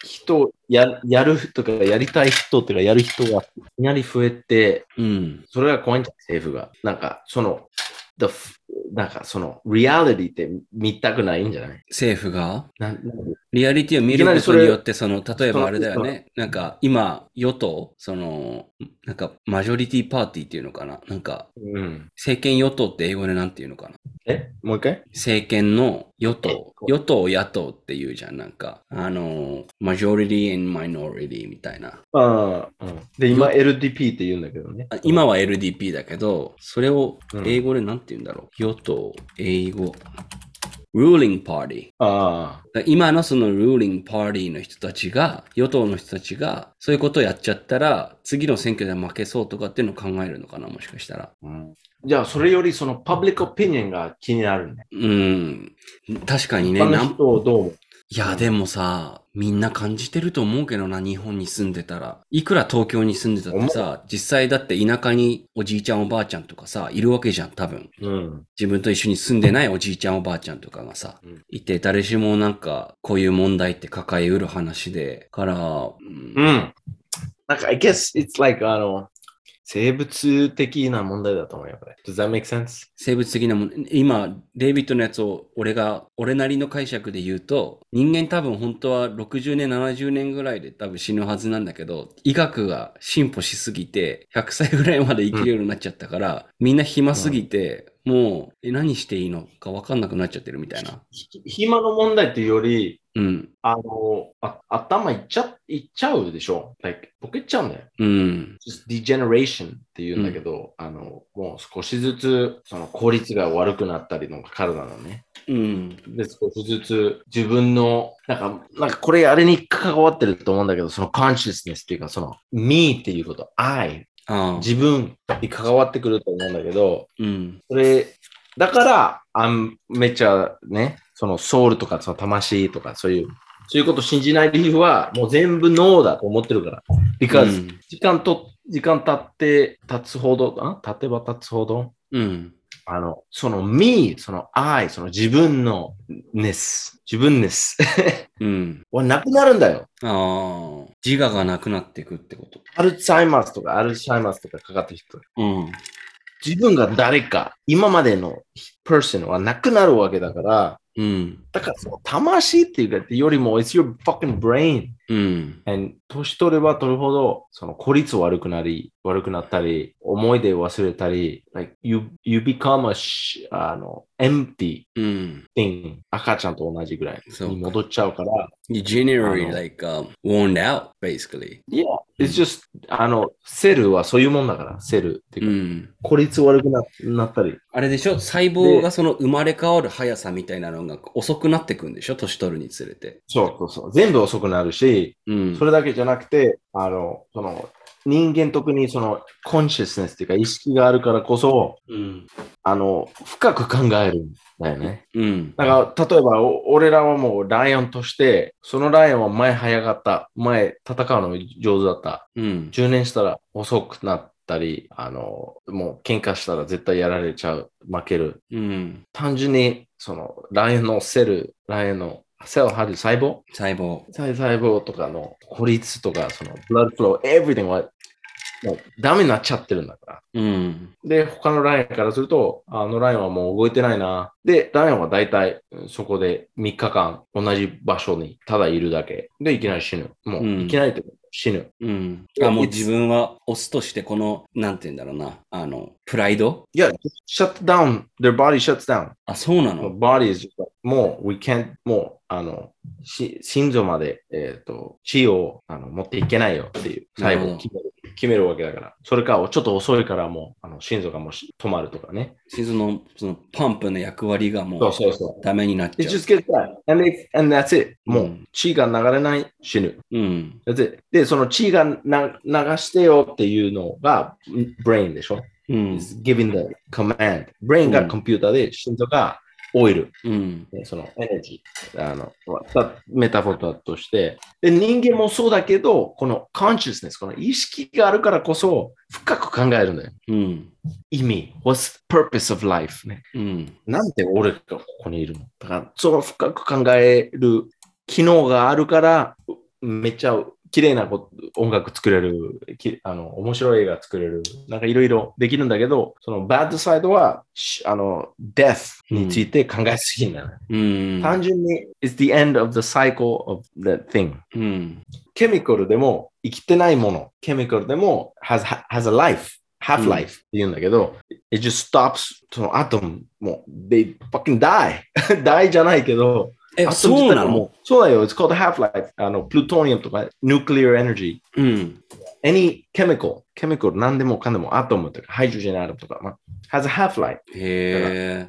[SPEAKER 2] 人や、やる人とかやりたい人とかやる人がいきなり増えて、
[SPEAKER 1] うん、
[SPEAKER 2] それが怖いんじゃない政府が。なんか、その、the f- なんかその、リアリティって見たくないんじゃない
[SPEAKER 1] 政府が
[SPEAKER 2] なんなんで
[SPEAKER 1] リアリティを見
[SPEAKER 2] いき
[SPEAKER 1] る
[SPEAKER 2] な
[SPEAKER 1] こ
[SPEAKER 2] りそ
[SPEAKER 1] と
[SPEAKER 2] れ
[SPEAKER 1] によって、その、例えばあれだよ
[SPEAKER 2] そ
[SPEAKER 1] ね。なんか、今、与党、その、なんか、マジョリティパーティーっていうのかななんか、
[SPEAKER 2] うん。
[SPEAKER 1] 政権与党って英語でなんていうのかな
[SPEAKER 2] えもう一回
[SPEAKER 1] 政権の与党
[SPEAKER 2] え、
[SPEAKER 1] 与党野党っていうじゃん、なんか、あの、マジョリティ and マイノリティみたいな。
[SPEAKER 2] ああ、うん。で、今 LDP って言うんだけどね
[SPEAKER 1] あ。今は LDP だけど、それを
[SPEAKER 2] うん
[SPEAKER 1] 英語でなんて言うんだろう、与党、英語、ruling party。
[SPEAKER 2] ああ、
[SPEAKER 1] だから今のそのルーリングパーティーの人たちが、与党の人たちが、そういうことをやっちゃったら、次の選挙で負けそうとかっていうのを考えるのかな、もしかしたら。
[SPEAKER 2] じゃあ、それよりそのパブリックオピニオンが気になるね。
[SPEAKER 1] うん。確かにね、
[SPEAKER 2] 他
[SPEAKER 1] な
[SPEAKER 2] の
[SPEAKER 1] ん
[SPEAKER 2] 人をどう思う
[SPEAKER 1] いや、でもさ、みんな感じてると思うけどな、日本に住んでたら。いくら東京に住んでたってさ、実際だって田舎におじいちゃんおばあちゃんとかさ、いるわけじゃん、多分。
[SPEAKER 2] うん。
[SPEAKER 1] 自分と一緒に住んでないおじいちゃんおばあちゃんとかがさ、
[SPEAKER 2] うん
[SPEAKER 1] いて、誰しもなんか、こういう問題って抱えうる話で、から、うん
[SPEAKER 2] うん。なんか、I guess it's like, あの、生物的な問題だと思うよ、これ。Does that make sense?
[SPEAKER 1] 生物的なもの今デイビッドのやつを俺が俺なりの解釈で言うと人間多分本当は60年70年ぐらいで多分死ぬはずなんだけど医学が進歩しすぎて100歳ぐらいまで生きるようになっちゃったから、みんな暇すぎて、もう、え、何していいのか分かんなくなっちゃってるみたいな。
[SPEAKER 2] ひ暇の問題っていうより、
[SPEAKER 1] うん。
[SPEAKER 2] あの、あ頭いっちゃ、いっちゃうでしょ。Like、ボケっちゃうんだよ。
[SPEAKER 1] うん。
[SPEAKER 2] degeneration っていうんだけど、あの、もう少しずつ、その効率が悪くなったりの体のね。
[SPEAKER 1] うん。
[SPEAKER 2] で、少しずつ自分の、なんか、なんかこれあれに関わってると思うんだけど、その consciousness っていうか、その me っていうこと、I、
[SPEAKER 1] ああ。
[SPEAKER 2] 自分に関わってくると思うんだけど、
[SPEAKER 1] うん。
[SPEAKER 2] それ、だから、あんめっちゃね、そのソウルとか、その魂とか、そういう、そういうことを信じない理由は、もう全部ノーだと思ってるから。because、
[SPEAKER 1] うん
[SPEAKER 2] 時間と、時間経って、経つほど、あ経てば経つほど、
[SPEAKER 1] うん。
[SPEAKER 2] あの、その me、その I、その自分の ness、自分 ness
[SPEAKER 1] うん。
[SPEAKER 2] はなくなるんだよ。
[SPEAKER 1] ああ。自我がなくなっていくってこと。
[SPEAKER 2] アルツハイマースとか、アルツハイマースとかかかってる人。
[SPEAKER 1] うん。
[SPEAKER 2] 自分が誰か、今までの person はなくなるわけだから、
[SPEAKER 1] うん。
[SPEAKER 2] だからその魂っていうかよりも、it's your fucking brain.
[SPEAKER 1] うん。
[SPEAKER 2] And 年取れば取るほど、その孤立悪くなり、悪くなったり、思い出を忘れたり、like you, you become a, sh- あの empty
[SPEAKER 1] うん。
[SPEAKER 2] thing. 赤ちゃんと同じぐらい
[SPEAKER 1] そうか
[SPEAKER 2] に戻っちゃうから、
[SPEAKER 1] You generally
[SPEAKER 2] あの
[SPEAKER 1] like、um, worn out, basically.
[SPEAKER 2] yeah, it's just, あの、セルはそういうもんだから、セルっていううか、
[SPEAKER 1] ん。
[SPEAKER 2] 孤立悪くななったり。
[SPEAKER 1] あれでしょ細胞がその生まれ変わる速さみたいなのが遅くなってくんでしょ年取るにつれて。
[SPEAKER 2] そうそうそう。全部遅くなるし、
[SPEAKER 1] うん。
[SPEAKER 2] それだけじゃなくて、あの、その、人間特にその、コンシスネスっていうか意識があるからこそ、
[SPEAKER 1] うん。
[SPEAKER 2] あの、深く考えるんだよね。
[SPEAKER 1] うん。
[SPEAKER 2] だから、例えば、お俺らはもうライオンとして、そのライオンは前早かった、前戦うの上手だった。
[SPEAKER 1] うん。
[SPEAKER 2] 10年したら遅くなったり、あの、もう喧嘩したら絶対やられちゃう、負ける。
[SPEAKER 1] うん。
[SPEAKER 2] 単純に、その、ライオンのセル、ライオンの、セルを張る細胞
[SPEAKER 1] 細胞。
[SPEAKER 2] 細胞とかの孤立とか、その、ブラッドフロー、everything は、もうダメになっちゃってるんだから。
[SPEAKER 1] うん。
[SPEAKER 2] で、他のラインからすると、あのラインはもう動いてないな。で、ラインは大体うんそこで3日間同じ場所にただいるだけ。で、いきなり死ぬ。も
[SPEAKER 1] うん
[SPEAKER 2] う、いきなりというか死ぬ。
[SPEAKER 1] うん。
[SPEAKER 2] いや
[SPEAKER 1] あ、もう
[SPEAKER 2] it's-
[SPEAKER 1] 自分はオスとしてこの、なんて言うんだろうな。あの、プライド
[SPEAKER 2] いや、shut down. Their body shuts down.
[SPEAKER 1] あ、そうな
[SPEAKER 2] The
[SPEAKER 1] の
[SPEAKER 2] body is just like, もう、we can't, もう、あの、し心臓まで、えっ、と、血をあの持っていけないよっていう細
[SPEAKER 1] なる
[SPEAKER 2] 胞
[SPEAKER 1] ほど
[SPEAKER 2] を決める決めるわけだから。それか、ちょっと遅いからもう、あの心臓がもうし止まるとかね。
[SPEAKER 1] 心臓のそのパンプの役割がも
[SPEAKER 2] そううそうそう。
[SPEAKER 1] ダメになっち
[SPEAKER 2] It
[SPEAKER 1] ゃう
[SPEAKER 2] just。gets bad. And, if, and that's it. も
[SPEAKER 1] う
[SPEAKER 2] うん血が流れない、死ぬ。
[SPEAKER 1] うん。
[SPEAKER 2] that's it で、その血がな流してよっていうのが、ブレインでしょ、
[SPEAKER 1] うん。
[SPEAKER 2] It's giving the command. ブレイン
[SPEAKER 1] う
[SPEAKER 2] が
[SPEAKER 1] ん
[SPEAKER 2] コンピューターで、心臓がオイル、
[SPEAKER 1] うん。
[SPEAKER 2] ねそのエネルギー、あのたメタフォーとして。で、人間もそうだけど、この consciousness、この意識があるからこそ、深く考えるんだよ。
[SPEAKER 1] うん。
[SPEAKER 2] 意味、what's the purpose of life ね。
[SPEAKER 1] うん。
[SPEAKER 2] なんで俺がここにいるのだから、その深く考える機能があるから、めっちゃ綺麗なこと音楽作れる、きあの面白い映画作れる、なんかいろいろできるんだけど、そのバッドサイドは、しあの、デスについて考えすぎなの、
[SPEAKER 1] うん。
[SPEAKER 2] 単純に、it's the end of the cycle of the thing.
[SPEAKER 1] うん。
[SPEAKER 2] ケミカルでも生きてないもの、ケミカルでも has, has a life, half
[SPEAKER 1] うん
[SPEAKER 2] life って言うんだけど、it just stops, そのアトムも、they fucking die. die じゃないけど、
[SPEAKER 1] え、
[SPEAKER 2] アトム
[SPEAKER 1] そう
[SPEAKER 2] 自体
[SPEAKER 1] な
[SPEAKER 2] が
[SPEAKER 1] の
[SPEAKER 2] もうそうだよ、it's called half life. あの、plutonium とか nuclear energy,
[SPEAKER 1] うん。
[SPEAKER 2] any chemical, chemical 何でもかんでもアトムとか、ハイドロジェンアトムとか、まあ、has a half life.
[SPEAKER 1] へ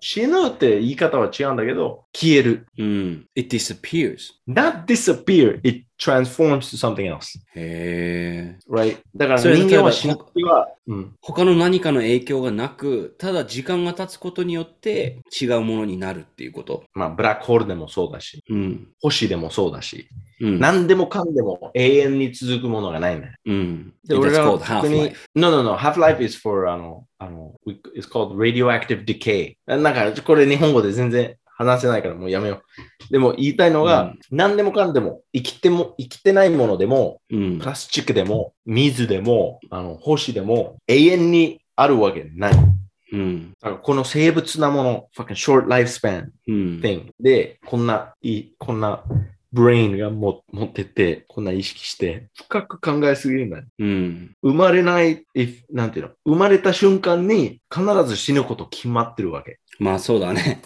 [SPEAKER 2] 死ぬって言い方は違うんだけど、消える。
[SPEAKER 1] え。うん。It disappears.
[SPEAKER 2] not disappear, it transforms to something else.
[SPEAKER 1] へえ。
[SPEAKER 2] Right? だから
[SPEAKER 1] それ
[SPEAKER 2] 人間は死
[SPEAKER 1] 例え
[SPEAKER 2] ぬ
[SPEAKER 1] ば
[SPEAKER 2] 時は、うん
[SPEAKER 1] 他の何かの影響がなく、ただ時間が経つことによって違うものになるっていうこと。
[SPEAKER 2] まあ、ブラックホールでもそうだし、
[SPEAKER 1] うん。
[SPEAKER 2] 星でもそうだし、
[SPEAKER 1] うん。
[SPEAKER 2] 何でもかんでも永遠に続くものがないね。
[SPEAKER 1] うん。
[SPEAKER 2] で、
[SPEAKER 1] That's
[SPEAKER 2] 俺ら
[SPEAKER 1] called
[SPEAKER 2] は逆に
[SPEAKER 1] half-life、
[SPEAKER 2] No, no, no, half-life is for, あの、あの、we- it's called radioactive decay. なんか、これ日本語で全然話せないからもうやめよう。でも言いたいのが、
[SPEAKER 1] うん
[SPEAKER 2] 何でもかんでも、生きても、生きてないものでも、
[SPEAKER 1] うん
[SPEAKER 2] プ。ラスチックでも、水でも、あの、星でも、永遠にあるわけない。だ
[SPEAKER 1] うん。
[SPEAKER 2] からこの生物なもの、fucking short lifespan
[SPEAKER 1] うん。
[SPEAKER 2] thing で、こんないい、こんなブレインがも持ってって、こんなん意識して、深く考えすぎない。
[SPEAKER 1] うん。
[SPEAKER 2] 生まれない、if- なんていうの、生まれた瞬間に必ず死ぬこと決まってるわけ。
[SPEAKER 1] まあそうだね。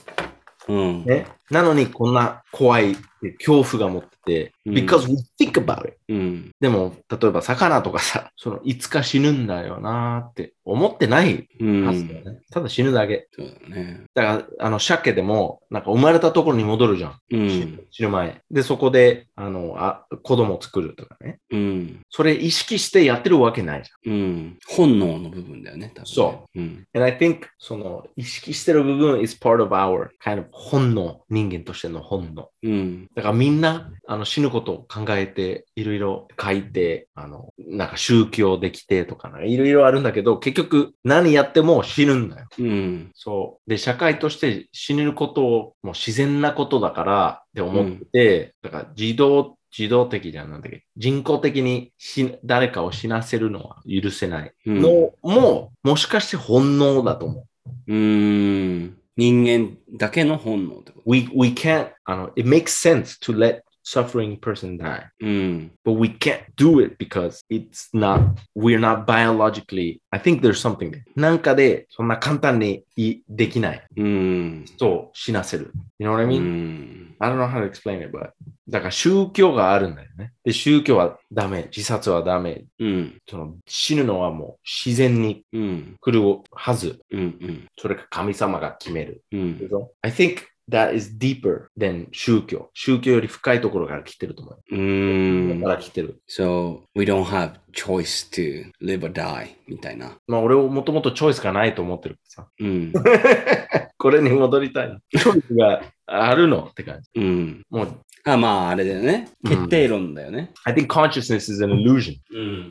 [SPEAKER 1] うん。
[SPEAKER 2] ね。なのに、こんな怖いって恐怖が持ってて、
[SPEAKER 1] うん
[SPEAKER 2] because we think about it.
[SPEAKER 1] うん。
[SPEAKER 2] でも、例えば魚とかさ、その、いつか死ぬんだよなーって思ってない
[SPEAKER 1] うん。
[SPEAKER 2] はずだよね。ただ死ぬだけ。
[SPEAKER 1] そうだね。
[SPEAKER 2] だから、あの、鮭でも、なんか生まれたところに戻るじゃん。
[SPEAKER 1] う
[SPEAKER 2] 死
[SPEAKER 1] ん
[SPEAKER 2] ぬ。死ぬ前。で、そこで、あの、あ子供作るとかね。
[SPEAKER 1] うん。
[SPEAKER 2] それ意識してやってるわけないじ
[SPEAKER 1] うん。本能の部分だよね、多分ね。
[SPEAKER 2] そう
[SPEAKER 1] うん。
[SPEAKER 2] ゃん。And I think, その、意識してる部分 is part of our kind of 本能。人間としての本能。
[SPEAKER 1] うん。
[SPEAKER 2] だからみんなあの死ぬことを考えて、いろいろ書いて、あの、なんか宗教できてとかな、いろいろあるんだけど、結局何やっても死ぬんだよ。
[SPEAKER 1] うん。
[SPEAKER 2] そう。で、社会として死ぬことをもう自然なことだからって思って、だから自動、自動的じゃんなんだっけ人工的に死誰かを死なせるのは許せない
[SPEAKER 1] うん。
[SPEAKER 2] の、もう、もしかして本能だと思う。
[SPEAKER 1] うーん。人間だけの本能ってこと。
[SPEAKER 2] We, we can't, あの、it makes sense to let suffering person die.
[SPEAKER 1] うん。
[SPEAKER 2] but we can't do it because it's not we're not biologically I think there's something there. なんかでそんな簡単にいできない
[SPEAKER 1] うん。
[SPEAKER 2] 人を死なせる You know what I
[SPEAKER 1] う
[SPEAKER 2] mean?、
[SPEAKER 1] ん。
[SPEAKER 2] I don't know how to explain it but だから宗教があるんだよねで宗教はダメ自殺はダメ
[SPEAKER 1] うん。
[SPEAKER 2] その死ぬのはもう自然に
[SPEAKER 1] うん。
[SPEAKER 2] 来るはず
[SPEAKER 1] うん。うん。
[SPEAKER 2] それか神様が決める
[SPEAKER 1] うん。
[SPEAKER 2] I think that is deeper than 宗教宗教より深いところから来てると思う、
[SPEAKER 1] う
[SPEAKER 2] だ
[SPEAKER 1] ん
[SPEAKER 2] か。ら来てる
[SPEAKER 1] So, we don't have choice to live or die みたいな。
[SPEAKER 2] まあ俺をもともとチョイスがないと思ってるからさ
[SPEAKER 1] うん。
[SPEAKER 2] これに戻りたいな。チョイスがあるのって感じ。
[SPEAKER 1] うん。
[SPEAKER 2] もう、
[SPEAKER 1] あ、まあ、あれだよね。
[SPEAKER 2] うん
[SPEAKER 1] 決定論だよね。
[SPEAKER 2] I think consciousness is an illusion.
[SPEAKER 1] うん。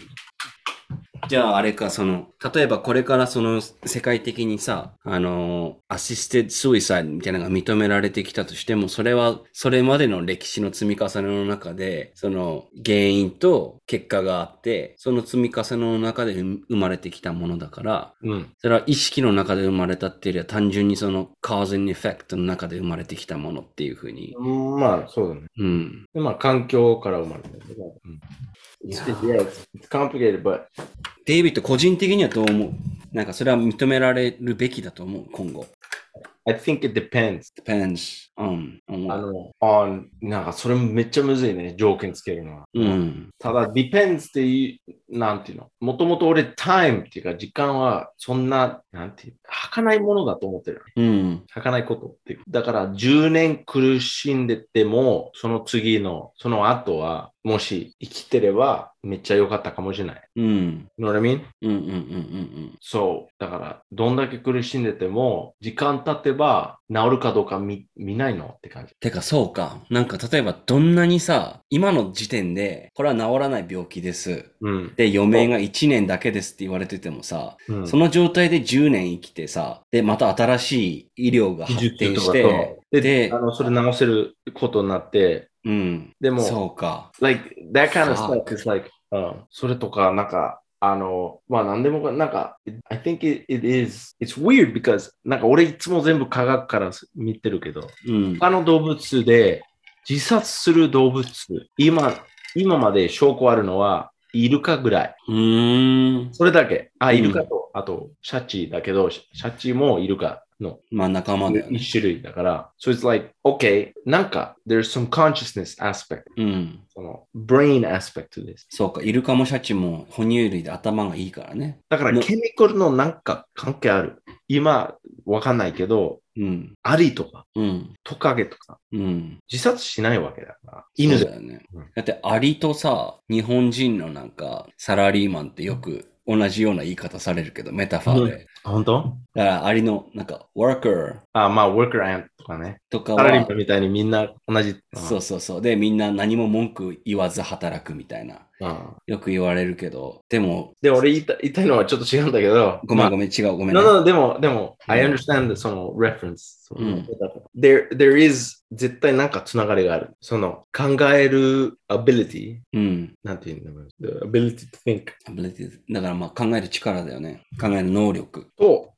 [SPEAKER 1] じゃああれか、その、例えばこれからその世界的にさ、あのー、アシステッド・スイサイドみたいなのが認められてきたとしても、それは、それまでの歴史の積み重ねの中で、その原因と結果があって、その積み重ねの中で生生まれてきたものだから、
[SPEAKER 2] うん。
[SPEAKER 1] それは意識の中で生まれたっていうよりは単純にその cause and effect の中で生まれてきたものっていうふうに。
[SPEAKER 2] まあ、そうだね。
[SPEAKER 1] うん。
[SPEAKER 2] でまあ、環境から生まれてる。うん
[SPEAKER 1] いや
[SPEAKER 2] It's, yeah, it's, it's complicated, but
[SPEAKER 1] デイビッド個人的にはどう思うなんかそれは認められるべきだと思う、今後。
[SPEAKER 2] I think it depends.
[SPEAKER 1] depends on, on
[SPEAKER 2] あ
[SPEAKER 1] what.
[SPEAKER 2] の、on、なんかそれめっちゃむずいね、条件つけるのは。
[SPEAKER 1] うん。
[SPEAKER 2] ただ、depends っていう、なんていうの。もともと俺、time っていうか、時間はそんな、なんていう、儚いものだと思ってる。
[SPEAKER 1] うん。
[SPEAKER 2] 咲かないことっていう。だから10年苦しんでても、その次の、その後は、もし生きてれば、めっちゃ良かったかもしれない。
[SPEAKER 1] うん。
[SPEAKER 2] You know what I mean?
[SPEAKER 1] うんうんうんうん
[SPEAKER 2] そう。だから、どんだけ苦しんでても、時間経てば治るかどうか見見ないのって感じ。
[SPEAKER 1] てかそうか。なんか例えばどんなにさ、今の時点で、これは治らない病気です。
[SPEAKER 2] うん。
[SPEAKER 1] で、余命が1年だけですって言われててもさ、
[SPEAKER 2] うん、
[SPEAKER 1] その状態で10年生きてさ、で、また新しい医療が
[SPEAKER 2] 技
[SPEAKER 1] 発
[SPEAKER 2] 術
[SPEAKER 1] 展
[SPEAKER 2] と
[SPEAKER 1] し
[SPEAKER 2] か
[SPEAKER 1] て、
[SPEAKER 2] と。で
[SPEAKER 1] で
[SPEAKER 2] あの、それ直せることになって、
[SPEAKER 1] うん。
[SPEAKER 2] でも、
[SPEAKER 1] そうか。
[SPEAKER 2] Like, that kind of
[SPEAKER 1] Fuck.
[SPEAKER 2] stuff is like, うん、それとか、なんか、あの、まあ、なんでもか、なんか、I think it, it is, it's weird because, なんか俺いつも全部科学から見てるけど、
[SPEAKER 1] うん。
[SPEAKER 2] 他の動物で自殺する動物、今、今まで証拠あるのは、イルカぐらい。
[SPEAKER 1] うーん。
[SPEAKER 2] それだけ。あ、
[SPEAKER 1] うん
[SPEAKER 2] イルカと、あと、シャチだけど、シャチもイルカの
[SPEAKER 1] まあ仲間だよね。
[SPEAKER 2] 一種類だから。So it's like, okay, なんか、there's some consciousness aspect,
[SPEAKER 1] うん。
[SPEAKER 2] その、brain aspect to this.
[SPEAKER 1] そうか。イルカもシャチも哺乳類で頭がいいからね。
[SPEAKER 2] だから、
[SPEAKER 1] の
[SPEAKER 2] ケミカルのなんか関係ある。今、わかんないけど、
[SPEAKER 1] うん。
[SPEAKER 2] アリとか、
[SPEAKER 1] うん。
[SPEAKER 2] トカゲとか、
[SPEAKER 1] うん。
[SPEAKER 2] 自殺しないわけだから。犬
[SPEAKER 1] そ
[SPEAKER 2] で
[SPEAKER 1] うだよね
[SPEAKER 2] うん。
[SPEAKER 1] だって、アリとさ、日本人のなんか、サラリーマンってよく同じような言い方されるけど、メタファーで。
[SPEAKER 2] 本当
[SPEAKER 1] だから、アリのなんか、ワーカー
[SPEAKER 2] あまあ、ワーカーアンとかね。
[SPEAKER 1] とか
[SPEAKER 2] サラリー
[SPEAKER 1] は
[SPEAKER 2] マン、みたいにみんな同じ。
[SPEAKER 1] そうそうそう。で、みんな何も文句言わず働くみたいな。
[SPEAKER 2] うん。うん
[SPEAKER 1] よく言われるけど、でも、
[SPEAKER 2] で、俺言いた言いたいのはちょっと違うんだけど。
[SPEAKER 1] ごめんごめん、違う、ごめんね。
[SPEAKER 2] No, no, でも、でも、
[SPEAKER 1] うん
[SPEAKER 2] I understand その reference. その
[SPEAKER 1] うん
[SPEAKER 2] There, there is 絶対なんかつながりがある。その考える ability,
[SPEAKER 1] うん。
[SPEAKER 2] なんていうんだろう。The ability to think
[SPEAKER 1] ability だから、まあ、考える力だよね。考える能力。
[SPEAKER 2] と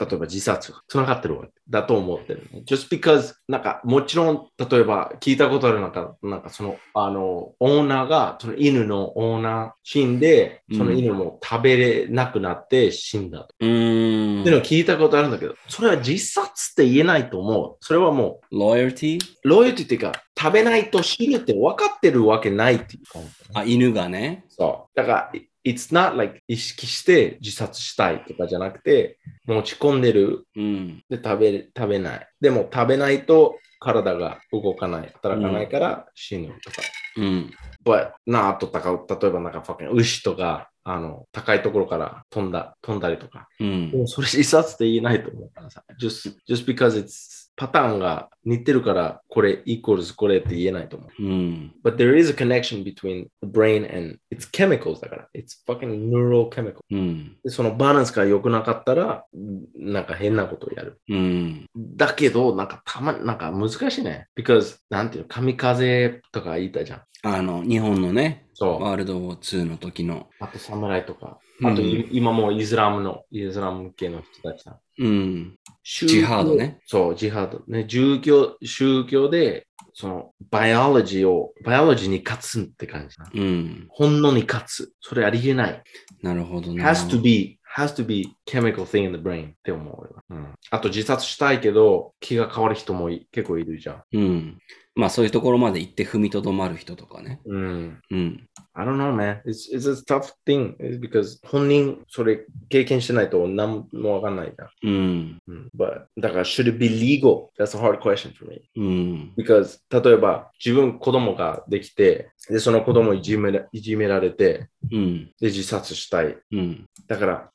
[SPEAKER 2] 例えば自殺が繋がってるわけだと思ってる、ね。just because なんかもちろん例えば聞いたことあるなんかなんかそのあのオーナーがその犬のオーナー死んでその犬も食べれなくなって死んだと。
[SPEAKER 1] うーん
[SPEAKER 2] っていうのを聞いたことあるんだけどそれは自殺って言えないと思う。それはも
[SPEAKER 1] loyalty?
[SPEAKER 2] うロイヤルティっていうか食べないと死ぬって分かってるわけないっていう感じ。
[SPEAKER 1] あ、犬がね。
[SPEAKER 2] そう。だから、い it's not like 意識して自殺したいとかじゃなくて、持ち込んでる。
[SPEAKER 1] うん。
[SPEAKER 2] で、食べれ、食べない。でも食べないと体が動かない。働かないから死ぬとか。
[SPEAKER 1] うん。
[SPEAKER 2] But なあとたか、例えばなんか fucking 牛とか、あの、高いところから飛んだ、飛んだりとか。
[SPEAKER 1] う
[SPEAKER 2] で
[SPEAKER 1] ん。
[SPEAKER 2] もそれ自殺って言えないと思うからさ。just, just because it's パターンが似てるから、これイコールズこれって言えないと思う。
[SPEAKER 1] うん。
[SPEAKER 2] But there is a connection between the brain and its chemicals だから。It's fucking neurochemical.
[SPEAKER 1] うん。
[SPEAKER 2] でそのバランスが良くなかったら、んなんか変なことをやる。
[SPEAKER 1] うん。
[SPEAKER 2] だけど、なんかたま、なんか難しいね。because, なんていうの、神風とか言ったじゃん。
[SPEAKER 1] あの、日本のね、
[SPEAKER 2] そう。
[SPEAKER 1] ワールドウォー2の時の。
[SPEAKER 2] あと侍とか。あと、い今もうイスラムの、イスラム系の人たちさ。
[SPEAKER 1] うん。
[SPEAKER 2] 宗教
[SPEAKER 1] ジハード。ね。
[SPEAKER 2] そう、ジハード。ね、宗教、宗教で、その、バイオロジーを、バイオロジーに勝つって感じな。
[SPEAKER 1] うん。
[SPEAKER 2] 本能に勝つ。それありえない。
[SPEAKER 1] なるほどね。
[SPEAKER 2] has to be has to be chemical thing in the brain って思うよ、うん。あと自殺したいけど気が変わる人もい結構いるじゃん。
[SPEAKER 1] うん。まあそういうところまで行って踏みとどまる人とかね。
[SPEAKER 2] うん。
[SPEAKER 1] うん。
[SPEAKER 2] I don't know, man. It's, it's a tough thing It's because 本人それ経験してないと何もわかんないじゃん。
[SPEAKER 1] うん。
[SPEAKER 2] うん、But, だから should it be legal? That's a hard question for me.
[SPEAKER 1] うん。
[SPEAKER 2] Because 例えば自分子供ができてでその子供いじめらいじめられて
[SPEAKER 1] うん。
[SPEAKER 2] で自殺したい
[SPEAKER 1] うん。
[SPEAKER 2] だから、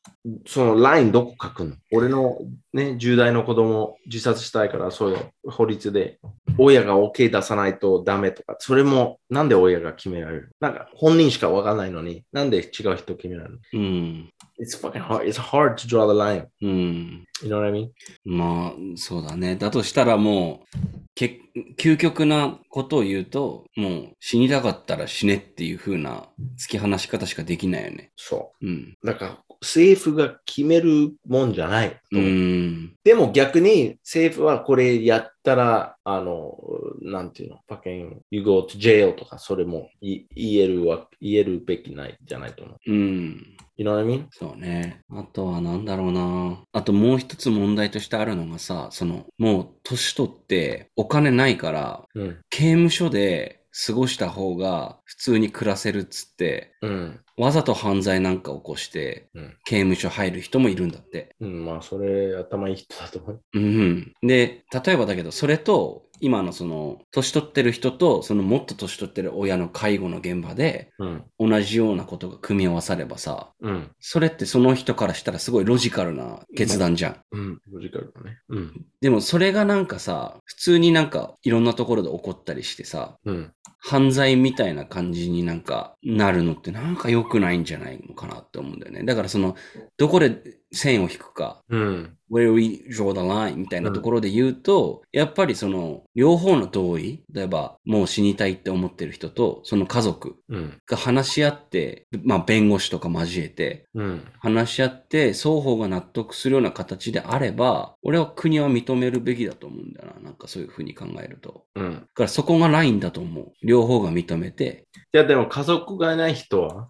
[SPEAKER 2] そのラインどこ書くの俺のね、10代の子供自殺したいから、そういう法律で、親が OK 出さないとダメとか、それもなんで親が決められるなんか本人しかわかんないのに、なんで違う人決められるの
[SPEAKER 1] うん。
[SPEAKER 2] ?It's fucking hard. It's hard to draw the line.
[SPEAKER 1] うん。
[SPEAKER 2] You know what I mean?
[SPEAKER 1] まあ、そうだね。だとしたらもう、け究極なことを言うと、もう死にたかったら死ねっていう風な突き放し方しかできないよね。
[SPEAKER 2] そ
[SPEAKER 1] うん。
[SPEAKER 2] う。だから、政府が決めるもんじゃないと
[SPEAKER 1] う
[SPEAKER 2] 思う。
[SPEAKER 1] ん。
[SPEAKER 2] でも逆に政府はこれやったら、あの、なんていうの、fucking you go to jail とか、それもい言えるわ、言えるべきないじゃないと思う。
[SPEAKER 1] うん。
[SPEAKER 2] You know what I mean?
[SPEAKER 1] そうね。あとはなんだろうな。あともう一つ問題としてあるのがさ、その、もう年取ってお金ないから、
[SPEAKER 2] うん。
[SPEAKER 1] 刑務所で過ごした方が普通に暮らせるっつって、
[SPEAKER 2] うん。
[SPEAKER 1] わざと犯罪なんか起こして
[SPEAKER 2] うん、
[SPEAKER 1] 刑務所入る人もいるんだって。
[SPEAKER 2] うん、まあ、それ頭いい人だと思う。
[SPEAKER 1] うん。で、例えばだけど、それと、今のその、年取ってる人と、そのもっと年取ってる親の介護の現場で、
[SPEAKER 2] うん。
[SPEAKER 1] 同じようなことが組み合わさればさ、
[SPEAKER 2] うん。
[SPEAKER 1] それってその人からしたらすごいロジカルな決断じゃん。
[SPEAKER 2] うん。ロジカルだね。うん。
[SPEAKER 1] でもそれがなんかさ、普通になんかいろんなところで起こったりしてさ、
[SPEAKER 2] うん。
[SPEAKER 1] 犯罪みたいな感じになんかなるのってなんか良くないんじゃないのかなって思うんだよね。だからその、どこで線を引くか、
[SPEAKER 2] うん。
[SPEAKER 1] where we draw the line みたいなところで言うと、やっぱりその、両方の同意、例えばもう死にたいって思ってる人と、その家族
[SPEAKER 2] うん。
[SPEAKER 1] が話し合って、まあ弁護士とか交えて、
[SPEAKER 2] うん。
[SPEAKER 1] 話し合って、双方が納得するような形であれば、俺は国は認めるべきだと思うんだよな。なんかそういうふうに考えると。
[SPEAKER 2] うん。
[SPEAKER 1] だからそこがラインだと思う。両方が認めて、
[SPEAKER 2] いや、でも家族がいない人は
[SPEAKER 1] は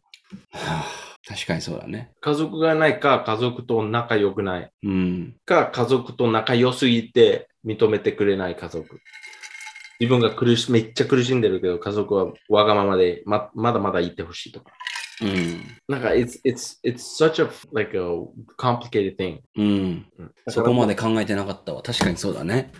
[SPEAKER 1] ぁ確かにそうだね。
[SPEAKER 2] 家族がいないか、家族と仲良くない
[SPEAKER 1] うん。
[SPEAKER 2] か、家族と仲良すぎて認めてくれない家族。自分が苦し、めっちゃ苦しんでるけど、家族はわがままで、ま、まだまだ言ってほしいとか。
[SPEAKER 1] うん。
[SPEAKER 2] なんか、it's, it's, it's such a, like a complicated thing.
[SPEAKER 1] うん。そこま
[SPEAKER 2] で。
[SPEAKER 1] で考えてなかったわ。確かにそうだね。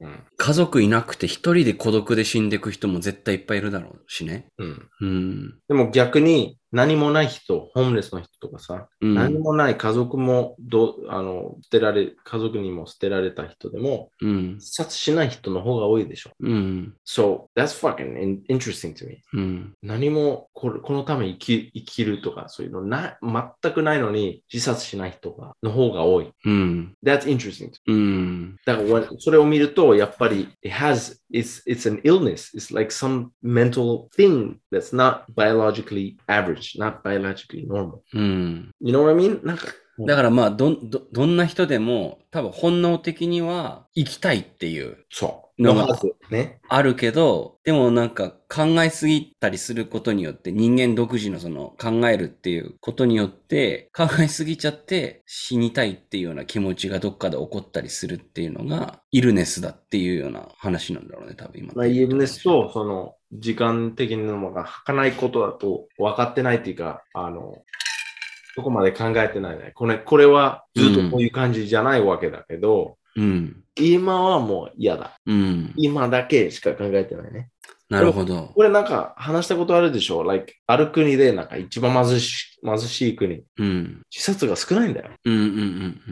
[SPEAKER 2] うん。
[SPEAKER 1] 家族いなくて一人で孤独で死んでいく人も絶対いっぱいいるだろうしね。
[SPEAKER 2] うん。
[SPEAKER 1] うん。
[SPEAKER 2] でも逆に、何もない人、ホームレスの人とかさ、
[SPEAKER 1] うん。
[SPEAKER 2] 何もない家族もどう、あの、捨てられ、家族にも捨てられた人でも、
[SPEAKER 1] うん。
[SPEAKER 2] 自殺しない人の方が多いでしょ。
[SPEAKER 1] うん。
[SPEAKER 2] So, that's fucking in- interesting to me.
[SPEAKER 1] うん。
[SPEAKER 2] 何もこれこのために生き生きるとかそういうのな全くないのに自殺しない人がの方が多い。
[SPEAKER 1] うん。
[SPEAKER 2] That's interesting.
[SPEAKER 1] うん。
[SPEAKER 2] だからわそれを見るとやっぱり it has it's it's an illness. It's like some mental thing that's not biologically average, not biologically normal.
[SPEAKER 1] うん。
[SPEAKER 2] You know what I mean? なんかうん
[SPEAKER 1] だからまあどん、ど、どんな人でも、多分本能的には生きたいっていう、
[SPEAKER 2] そう。
[SPEAKER 1] の
[SPEAKER 2] の
[SPEAKER 1] が
[SPEAKER 2] はず。ね。
[SPEAKER 1] あるけど、でもなんか考えすぎたりすることによって、人間独自のその考えるっていうことによって、考えすぎちゃって死にたいっていうような気持ちがどっかで起こったりするっていうのが、イルネスだっていうような話なんだろうね、多分今。
[SPEAKER 2] まあ、イエルネスと、その、時間的なのが儚いことだと分かってないっていうか、あの、そこまで考えてないね。これ、これはずっとこういう感じじゃないわけだけど、
[SPEAKER 1] うん。
[SPEAKER 2] 今はもう嫌だ。
[SPEAKER 1] うん。
[SPEAKER 2] 今だけしか考えてないね。
[SPEAKER 1] なるほど。
[SPEAKER 2] これなんか話したことあるでしょ ?like、ある国でなんか一番貧しい、貧しい国。
[SPEAKER 1] うん。
[SPEAKER 2] 自殺が少ないんだよ。
[SPEAKER 1] うんうんうんう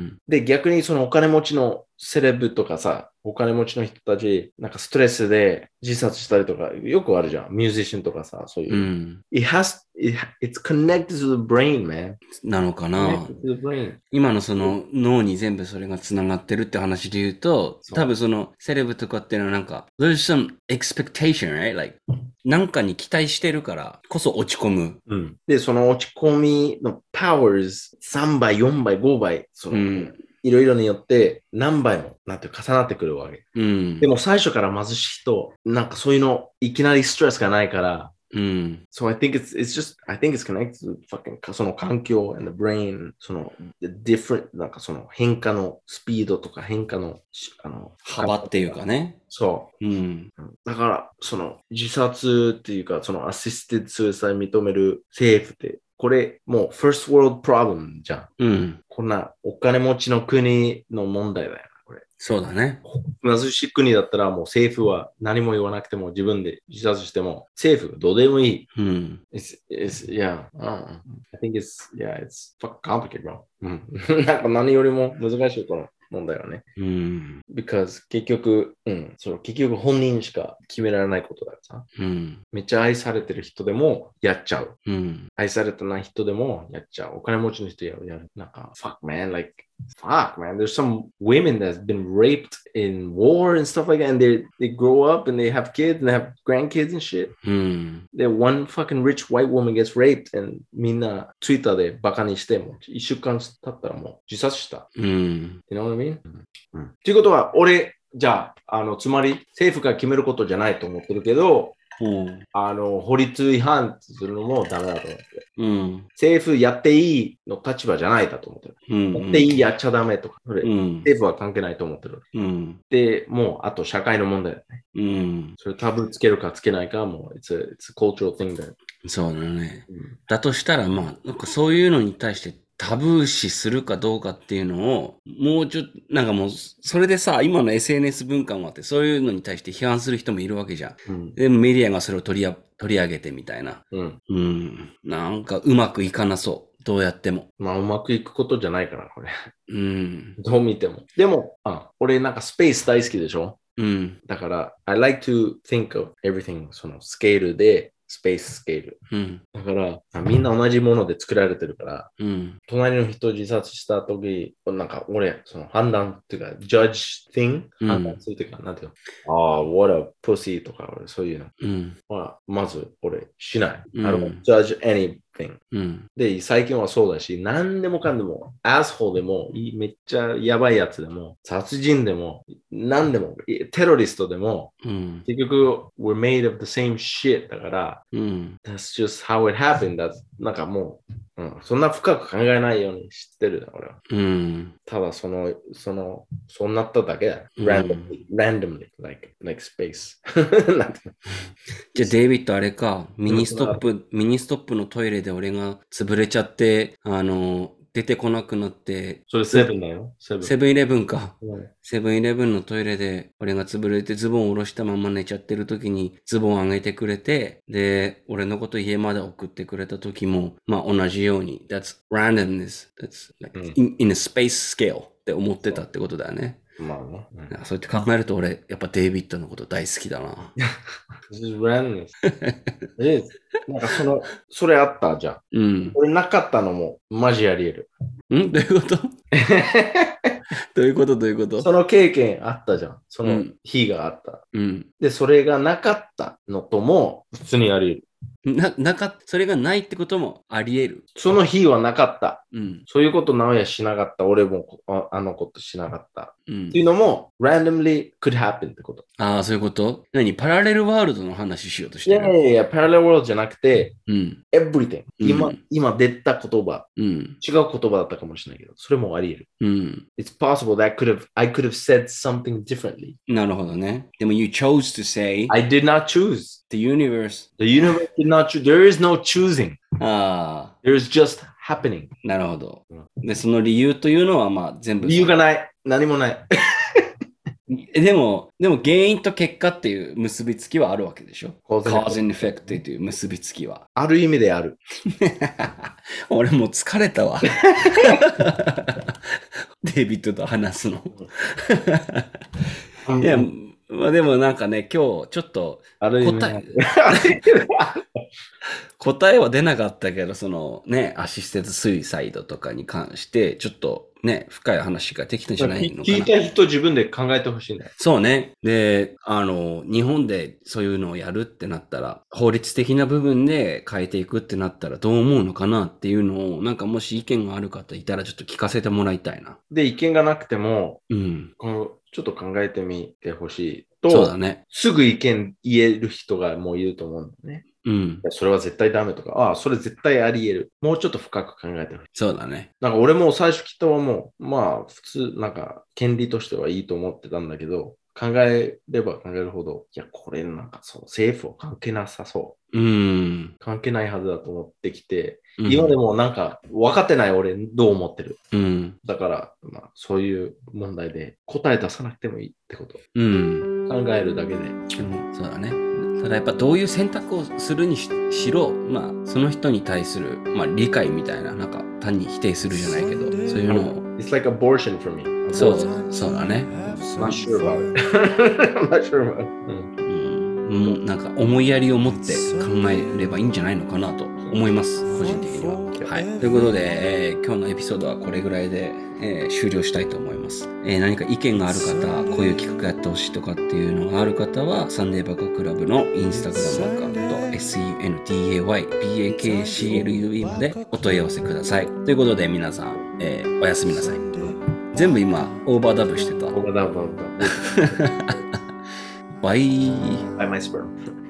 [SPEAKER 1] ん。
[SPEAKER 2] で、逆にそのお金持ちのセレブとかさ、お金持ちの人たち、なんかストレスで自殺したりとか、よくあるじゃん。ミュージシャンとかさ、そういう。
[SPEAKER 1] うん。
[SPEAKER 2] It has, it, it's connected to the brain, man.
[SPEAKER 1] なのかな
[SPEAKER 2] Connected to the brain.
[SPEAKER 1] 今のその脳に全部それがつながってるって話で言うと、
[SPEAKER 2] そう
[SPEAKER 1] 多分そのセレブとかっていうのはなんか、there's some expectation, right? Like, なんかに期待してるからこそ落ち込む。
[SPEAKER 2] うん、で、その落ち込みの powers、3倍、4倍、5倍、その、
[SPEAKER 1] うん
[SPEAKER 2] いろいろによって何倍もなんていうか重なってくるわけ。
[SPEAKER 1] うん
[SPEAKER 2] で。も最初から貧しい人、なんかそういうの、いきなりストレスがないから、
[SPEAKER 1] うん。
[SPEAKER 2] So I think it's it's just I think it's connected to fucking かその環境 and the brain その the different なんかその変化のスピードとか変化のしあの
[SPEAKER 1] 幅っていうかね。
[SPEAKER 2] そ
[SPEAKER 1] うん。
[SPEAKER 2] うだからその自殺っていうかそのアシスティドスーイ認める政府ってこれもう first world problem じゃん
[SPEAKER 1] うん。
[SPEAKER 2] こんなお金持ちの国の問題だよなこれ
[SPEAKER 1] そうだね。
[SPEAKER 2] 貧しい国だったらもう政府は何も言わなくても自分で自殺しても政府がどうでもいい
[SPEAKER 1] うん。
[SPEAKER 2] It's, it's, yeah, I don't know. I think it's, yeah, it's fucking complicated, bro. なんか何よりも難しいこの問題はね。
[SPEAKER 1] うん。
[SPEAKER 2] because 結局、うん、その結局本人しか決められないことだからさ。
[SPEAKER 1] うん。
[SPEAKER 2] めっちゃ愛されてる人でもやっちゃう。
[SPEAKER 1] うん。
[SPEAKER 2] 愛されてない人でもやっちゃう。お金持ちの人やる。やるなんか、fuck man, like, fuck man. There's some women that's been raped in war and stuff like that. And they, they grow up and they have kids and they have grandkids and shit.
[SPEAKER 1] うん。
[SPEAKER 2] で、one fucking rich white woman gets raped and みんな Twitter でバカにしても一週間経ったらもう自殺した。
[SPEAKER 1] うん。
[SPEAKER 2] You know what I mean? うんということは、俺、じゃあ、あの、つまり政府が決めることじゃないと思ってるけど、
[SPEAKER 1] ほ
[SPEAKER 2] あの、法律違反するのもダメだと思ってる。
[SPEAKER 1] う。うん。
[SPEAKER 2] 政府やっていいの立場じゃないだと思ってる。
[SPEAKER 1] うん。
[SPEAKER 2] やっていい、やっちゃダメとか、それ、
[SPEAKER 1] うん。
[SPEAKER 2] 政府は関係ないと思ってる。
[SPEAKER 1] うん。
[SPEAKER 2] で、もう、あと社会の問題。
[SPEAKER 1] うん。
[SPEAKER 2] それタブーつけるかつけないか、もう、it's a, it's a cultural thing だよ。
[SPEAKER 1] そうだね。
[SPEAKER 2] うん
[SPEAKER 1] だとしたら、まあ、なんかそういうのに対してタブー視するかどうかっていうのを、もうちょっと、なんかもう、それでさ、今の SNS 文化もあって、そういうのに対して批判する人もいるわけじゃん。
[SPEAKER 2] うん。
[SPEAKER 1] で、メディアがそれを取りや取り上げてみたいな。
[SPEAKER 2] うん。
[SPEAKER 1] うん。なんかうまくいかなそう。どうやっても。
[SPEAKER 2] まあ、うまくいくことじゃないから、これ。
[SPEAKER 1] うん。
[SPEAKER 2] どう見ても。でも、あ俺なんかスペース大好きでしょ
[SPEAKER 1] うん。
[SPEAKER 2] だから、I like to think of everything そのスケールで、スペーススケール。
[SPEAKER 1] うん。
[SPEAKER 2] だから、あみんな同じもので作られてるから、
[SPEAKER 1] うん。
[SPEAKER 2] 隣の人自殺した時、なんか俺、その判断っていうか、judge thing?
[SPEAKER 1] うん
[SPEAKER 2] 判断するっていうか、なんていうのああ、what a pussy とか、俺そういうの
[SPEAKER 1] うん。
[SPEAKER 2] は、まず俺しない。
[SPEAKER 1] うん
[SPEAKER 2] I don't judge anything.
[SPEAKER 1] うん。
[SPEAKER 2] で、最近はそうだし、何でもかんでも、アスホーでも、いめっちゃやばいやつでも、殺人でも、何でも、いテロリストでも、
[SPEAKER 1] うん。
[SPEAKER 2] 結局、we're made of the same shit だから、
[SPEAKER 1] うん。
[SPEAKER 2] that's just how it happened. That's, なんかもう、うん、そんな深く考えないようにしてるな、俺は。
[SPEAKER 1] うん。
[SPEAKER 2] ただ、その、その、そうなっただけだ。
[SPEAKER 1] うん
[SPEAKER 2] randomly, randomly, like, like space. なんていうの
[SPEAKER 1] じゃあ、デイビッド、あれか、ミニストップ、ミニストップのトイレで俺が潰れちゃって、あの、出てこなくなって、
[SPEAKER 2] それセブンだよ。セブン。
[SPEAKER 1] セブンイレブンか。
[SPEAKER 2] うん
[SPEAKER 1] セブンイレブンのトイレで、俺が潰れてズボンを下ろしたまま寝ちゃってる時に、ズボン上げてくれて、で、俺のこと家まで送ってくれた時も、まあ同じように、that's randomness, that's like
[SPEAKER 2] うん
[SPEAKER 1] in, in a space scale って思ってたってことだよね。
[SPEAKER 2] まあね。うん
[SPEAKER 1] なんかそうやって考えると俺、やっぱデイビッドのこと大好きだ な。
[SPEAKER 2] This is randomness. It is. なんかその、それあったじゃん。
[SPEAKER 1] うん。
[SPEAKER 2] 俺なかったのもマジあり得
[SPEAKER 1] ん どういうことどういうことどういうこ
[SPEAKER 2] る。
[SPEAKER 1] と
[SPEAKER 2] その経験あったじゃん。そうの
[SPEAKER 1] ん
[SPEAKER 2] 日があった。
[SPEAKER 1] うん。
[SPEAKER 2] で、それがなかったのとも普通にあり得る。
[SPEAKER 1] な、なかっ、それがないってこともあり得る。
[SPEAKER 2] その日はなかった。
[SPEAKER 1] うん。
[SPEAKER 2] そういうこと直哉しなかった。俺もこああのことしなかった。
[SPEAKER 1] うん
[SPEAKER 2] ってい。うのも、randomly could happen ってこと。
[SPEAKER 1] ああ、そういうこと何パラレルワールドの話しようとし
[SPEAKER 2] い
[SPEAKER 1] て
[SPEAKER 2] やい
[SPEAKER 1] る。
[SPEAKER 2] やいや、parallel world じゃなくて、
[SPEAKER 1] うん。
[SPEAKER 2] everything。今、
[SPEAKER 1] うん
[SPEAKER 2] 今出た言葉、
[SPEAKER 1] うん。
[SPEAKER 2] 違う言葉だったかもしれないけど、それもあり得る。
[SPEAKER 1] うん。
[SPEAKER 2] It's possible that I could have, I could have said something differently.
[SPEAKER 1] なるほどね。でも、you chose to say
[SPEAKER 2] I did not choose.
[SPEAKER 1] the universe.
[SPEAKER 2] The universe did not choose. There is no choosing.
[SPEAKER 1] ああ、
[SPEAKER 2] There is just happening.
[SPEAKER 1] なるほど。で、その理由というのは、まあ、全部。
[SPEAKER 2] 理由がない。何もない。
[SPEAKER 1] えでも、でも原因と結果っていう結びつきはあるわけでしょ ?cause and effect っていう結びつきは。
[SPEAKER 2] ある意味である。
[SPEAKER 1] 俺もう疲れたわ。 デイビッドと話すの。いや、まあでもなんかね、今日ちょっと
[SPEAKER 2] ある意味であ
[SPEAKER 1] 答え
[SPEAKER 2] る。、
[SPEAKER 1] 答えは出なかったけど、そのね、アシステントスイサイドとかに関して、ちょっとね、深い話ができたんじゃないのか
[SPEAKER 2] 聞い
[SPEAKER 1] な。
[SPEAKER 2] た人自分で考えてほしいんだよ。
[SPEAKER 1] そうね。で、あの、日本でそういうのをやるってなったら、法律的な部分で変えていくってなったらどう思うのかなっていうのを、なんかもし意見がある方いたらちょっと聞かせてもらいたいな。
[SPEAKER 2] で、意見がなくても、
[SPEAKER 1] うん。
[SPEAKER 2] このちょっと考えてみてほしい
[SPEAKER 1] そうだ
[SPEAKER 2] と、
[SPEAKER 1] ね。
[SPEAKER 2] すぐ意見言える人がもういると思うんだよね。
[SPEAKER 1] うん
[SPEAKER 2] い。やそれは絶対ダメとか、ああ、それ絶対あり得る。もうちょっと深く考えてほしい。
[SPEAKER 1] そうだね。
[SPEAKER 2] なんか俺も最初きっとはもう、まあ普通、なんか権利としてはいいと思ってたんだけど、考えれば考えるほど、いや、これなんかそう、政府は関係なさそう。
[SPEAKER 1] うん。
[SPEAKER 2] 関係ないはずだと思ってきて、
[SPEAKER 1] うん
[SPEAKER 2] 今でもなんか分かってない俺どう思ってる。
[SPEAKER 1] うん。
[SPEAKER 2] だから、まあそういう問題で答え出さなくてもいいってこと。
[SPEAKER 1] うん。
[SPEAKER 2] 考えるだけで。
[SPEAKER 1] そうだね。ただやっぱどういう選択をするにししろ、まあ、その人に対する、まあ、理解みたいな、なんか単に否定するじゃないけど、そういうのを。
[SPEAKER 2] It's like abortion for me.
[SPEAKER 1] そう
[SPEAKER 2] Abortion.
[SPEAKER 1] そうだね。
[SPEAKER 2] Not sure about it. I'm not sure about it. Hmm. うん
[SPEAKER 1] うん、もうなんか思いやりを持って考えればいいんじゃないのかなと思います個人的には。はい、ということで、えー今日のエピソードはこれぐらいで、えー終了したいと思います、えー何か意見がある方こういう企画やってほしいとかっていうのがある方はサンデーバカクラブのインスタグラムアカウント SUNDAYBAKCLUE までお問い合わせください。ということで皆さん、えーおやすみなさい。全部今オーバーダブしてた。
[SPEAKER 2] Over and over and over.
[SPEAKER 1] バイ。
[SPEAKER 2] By my sperm.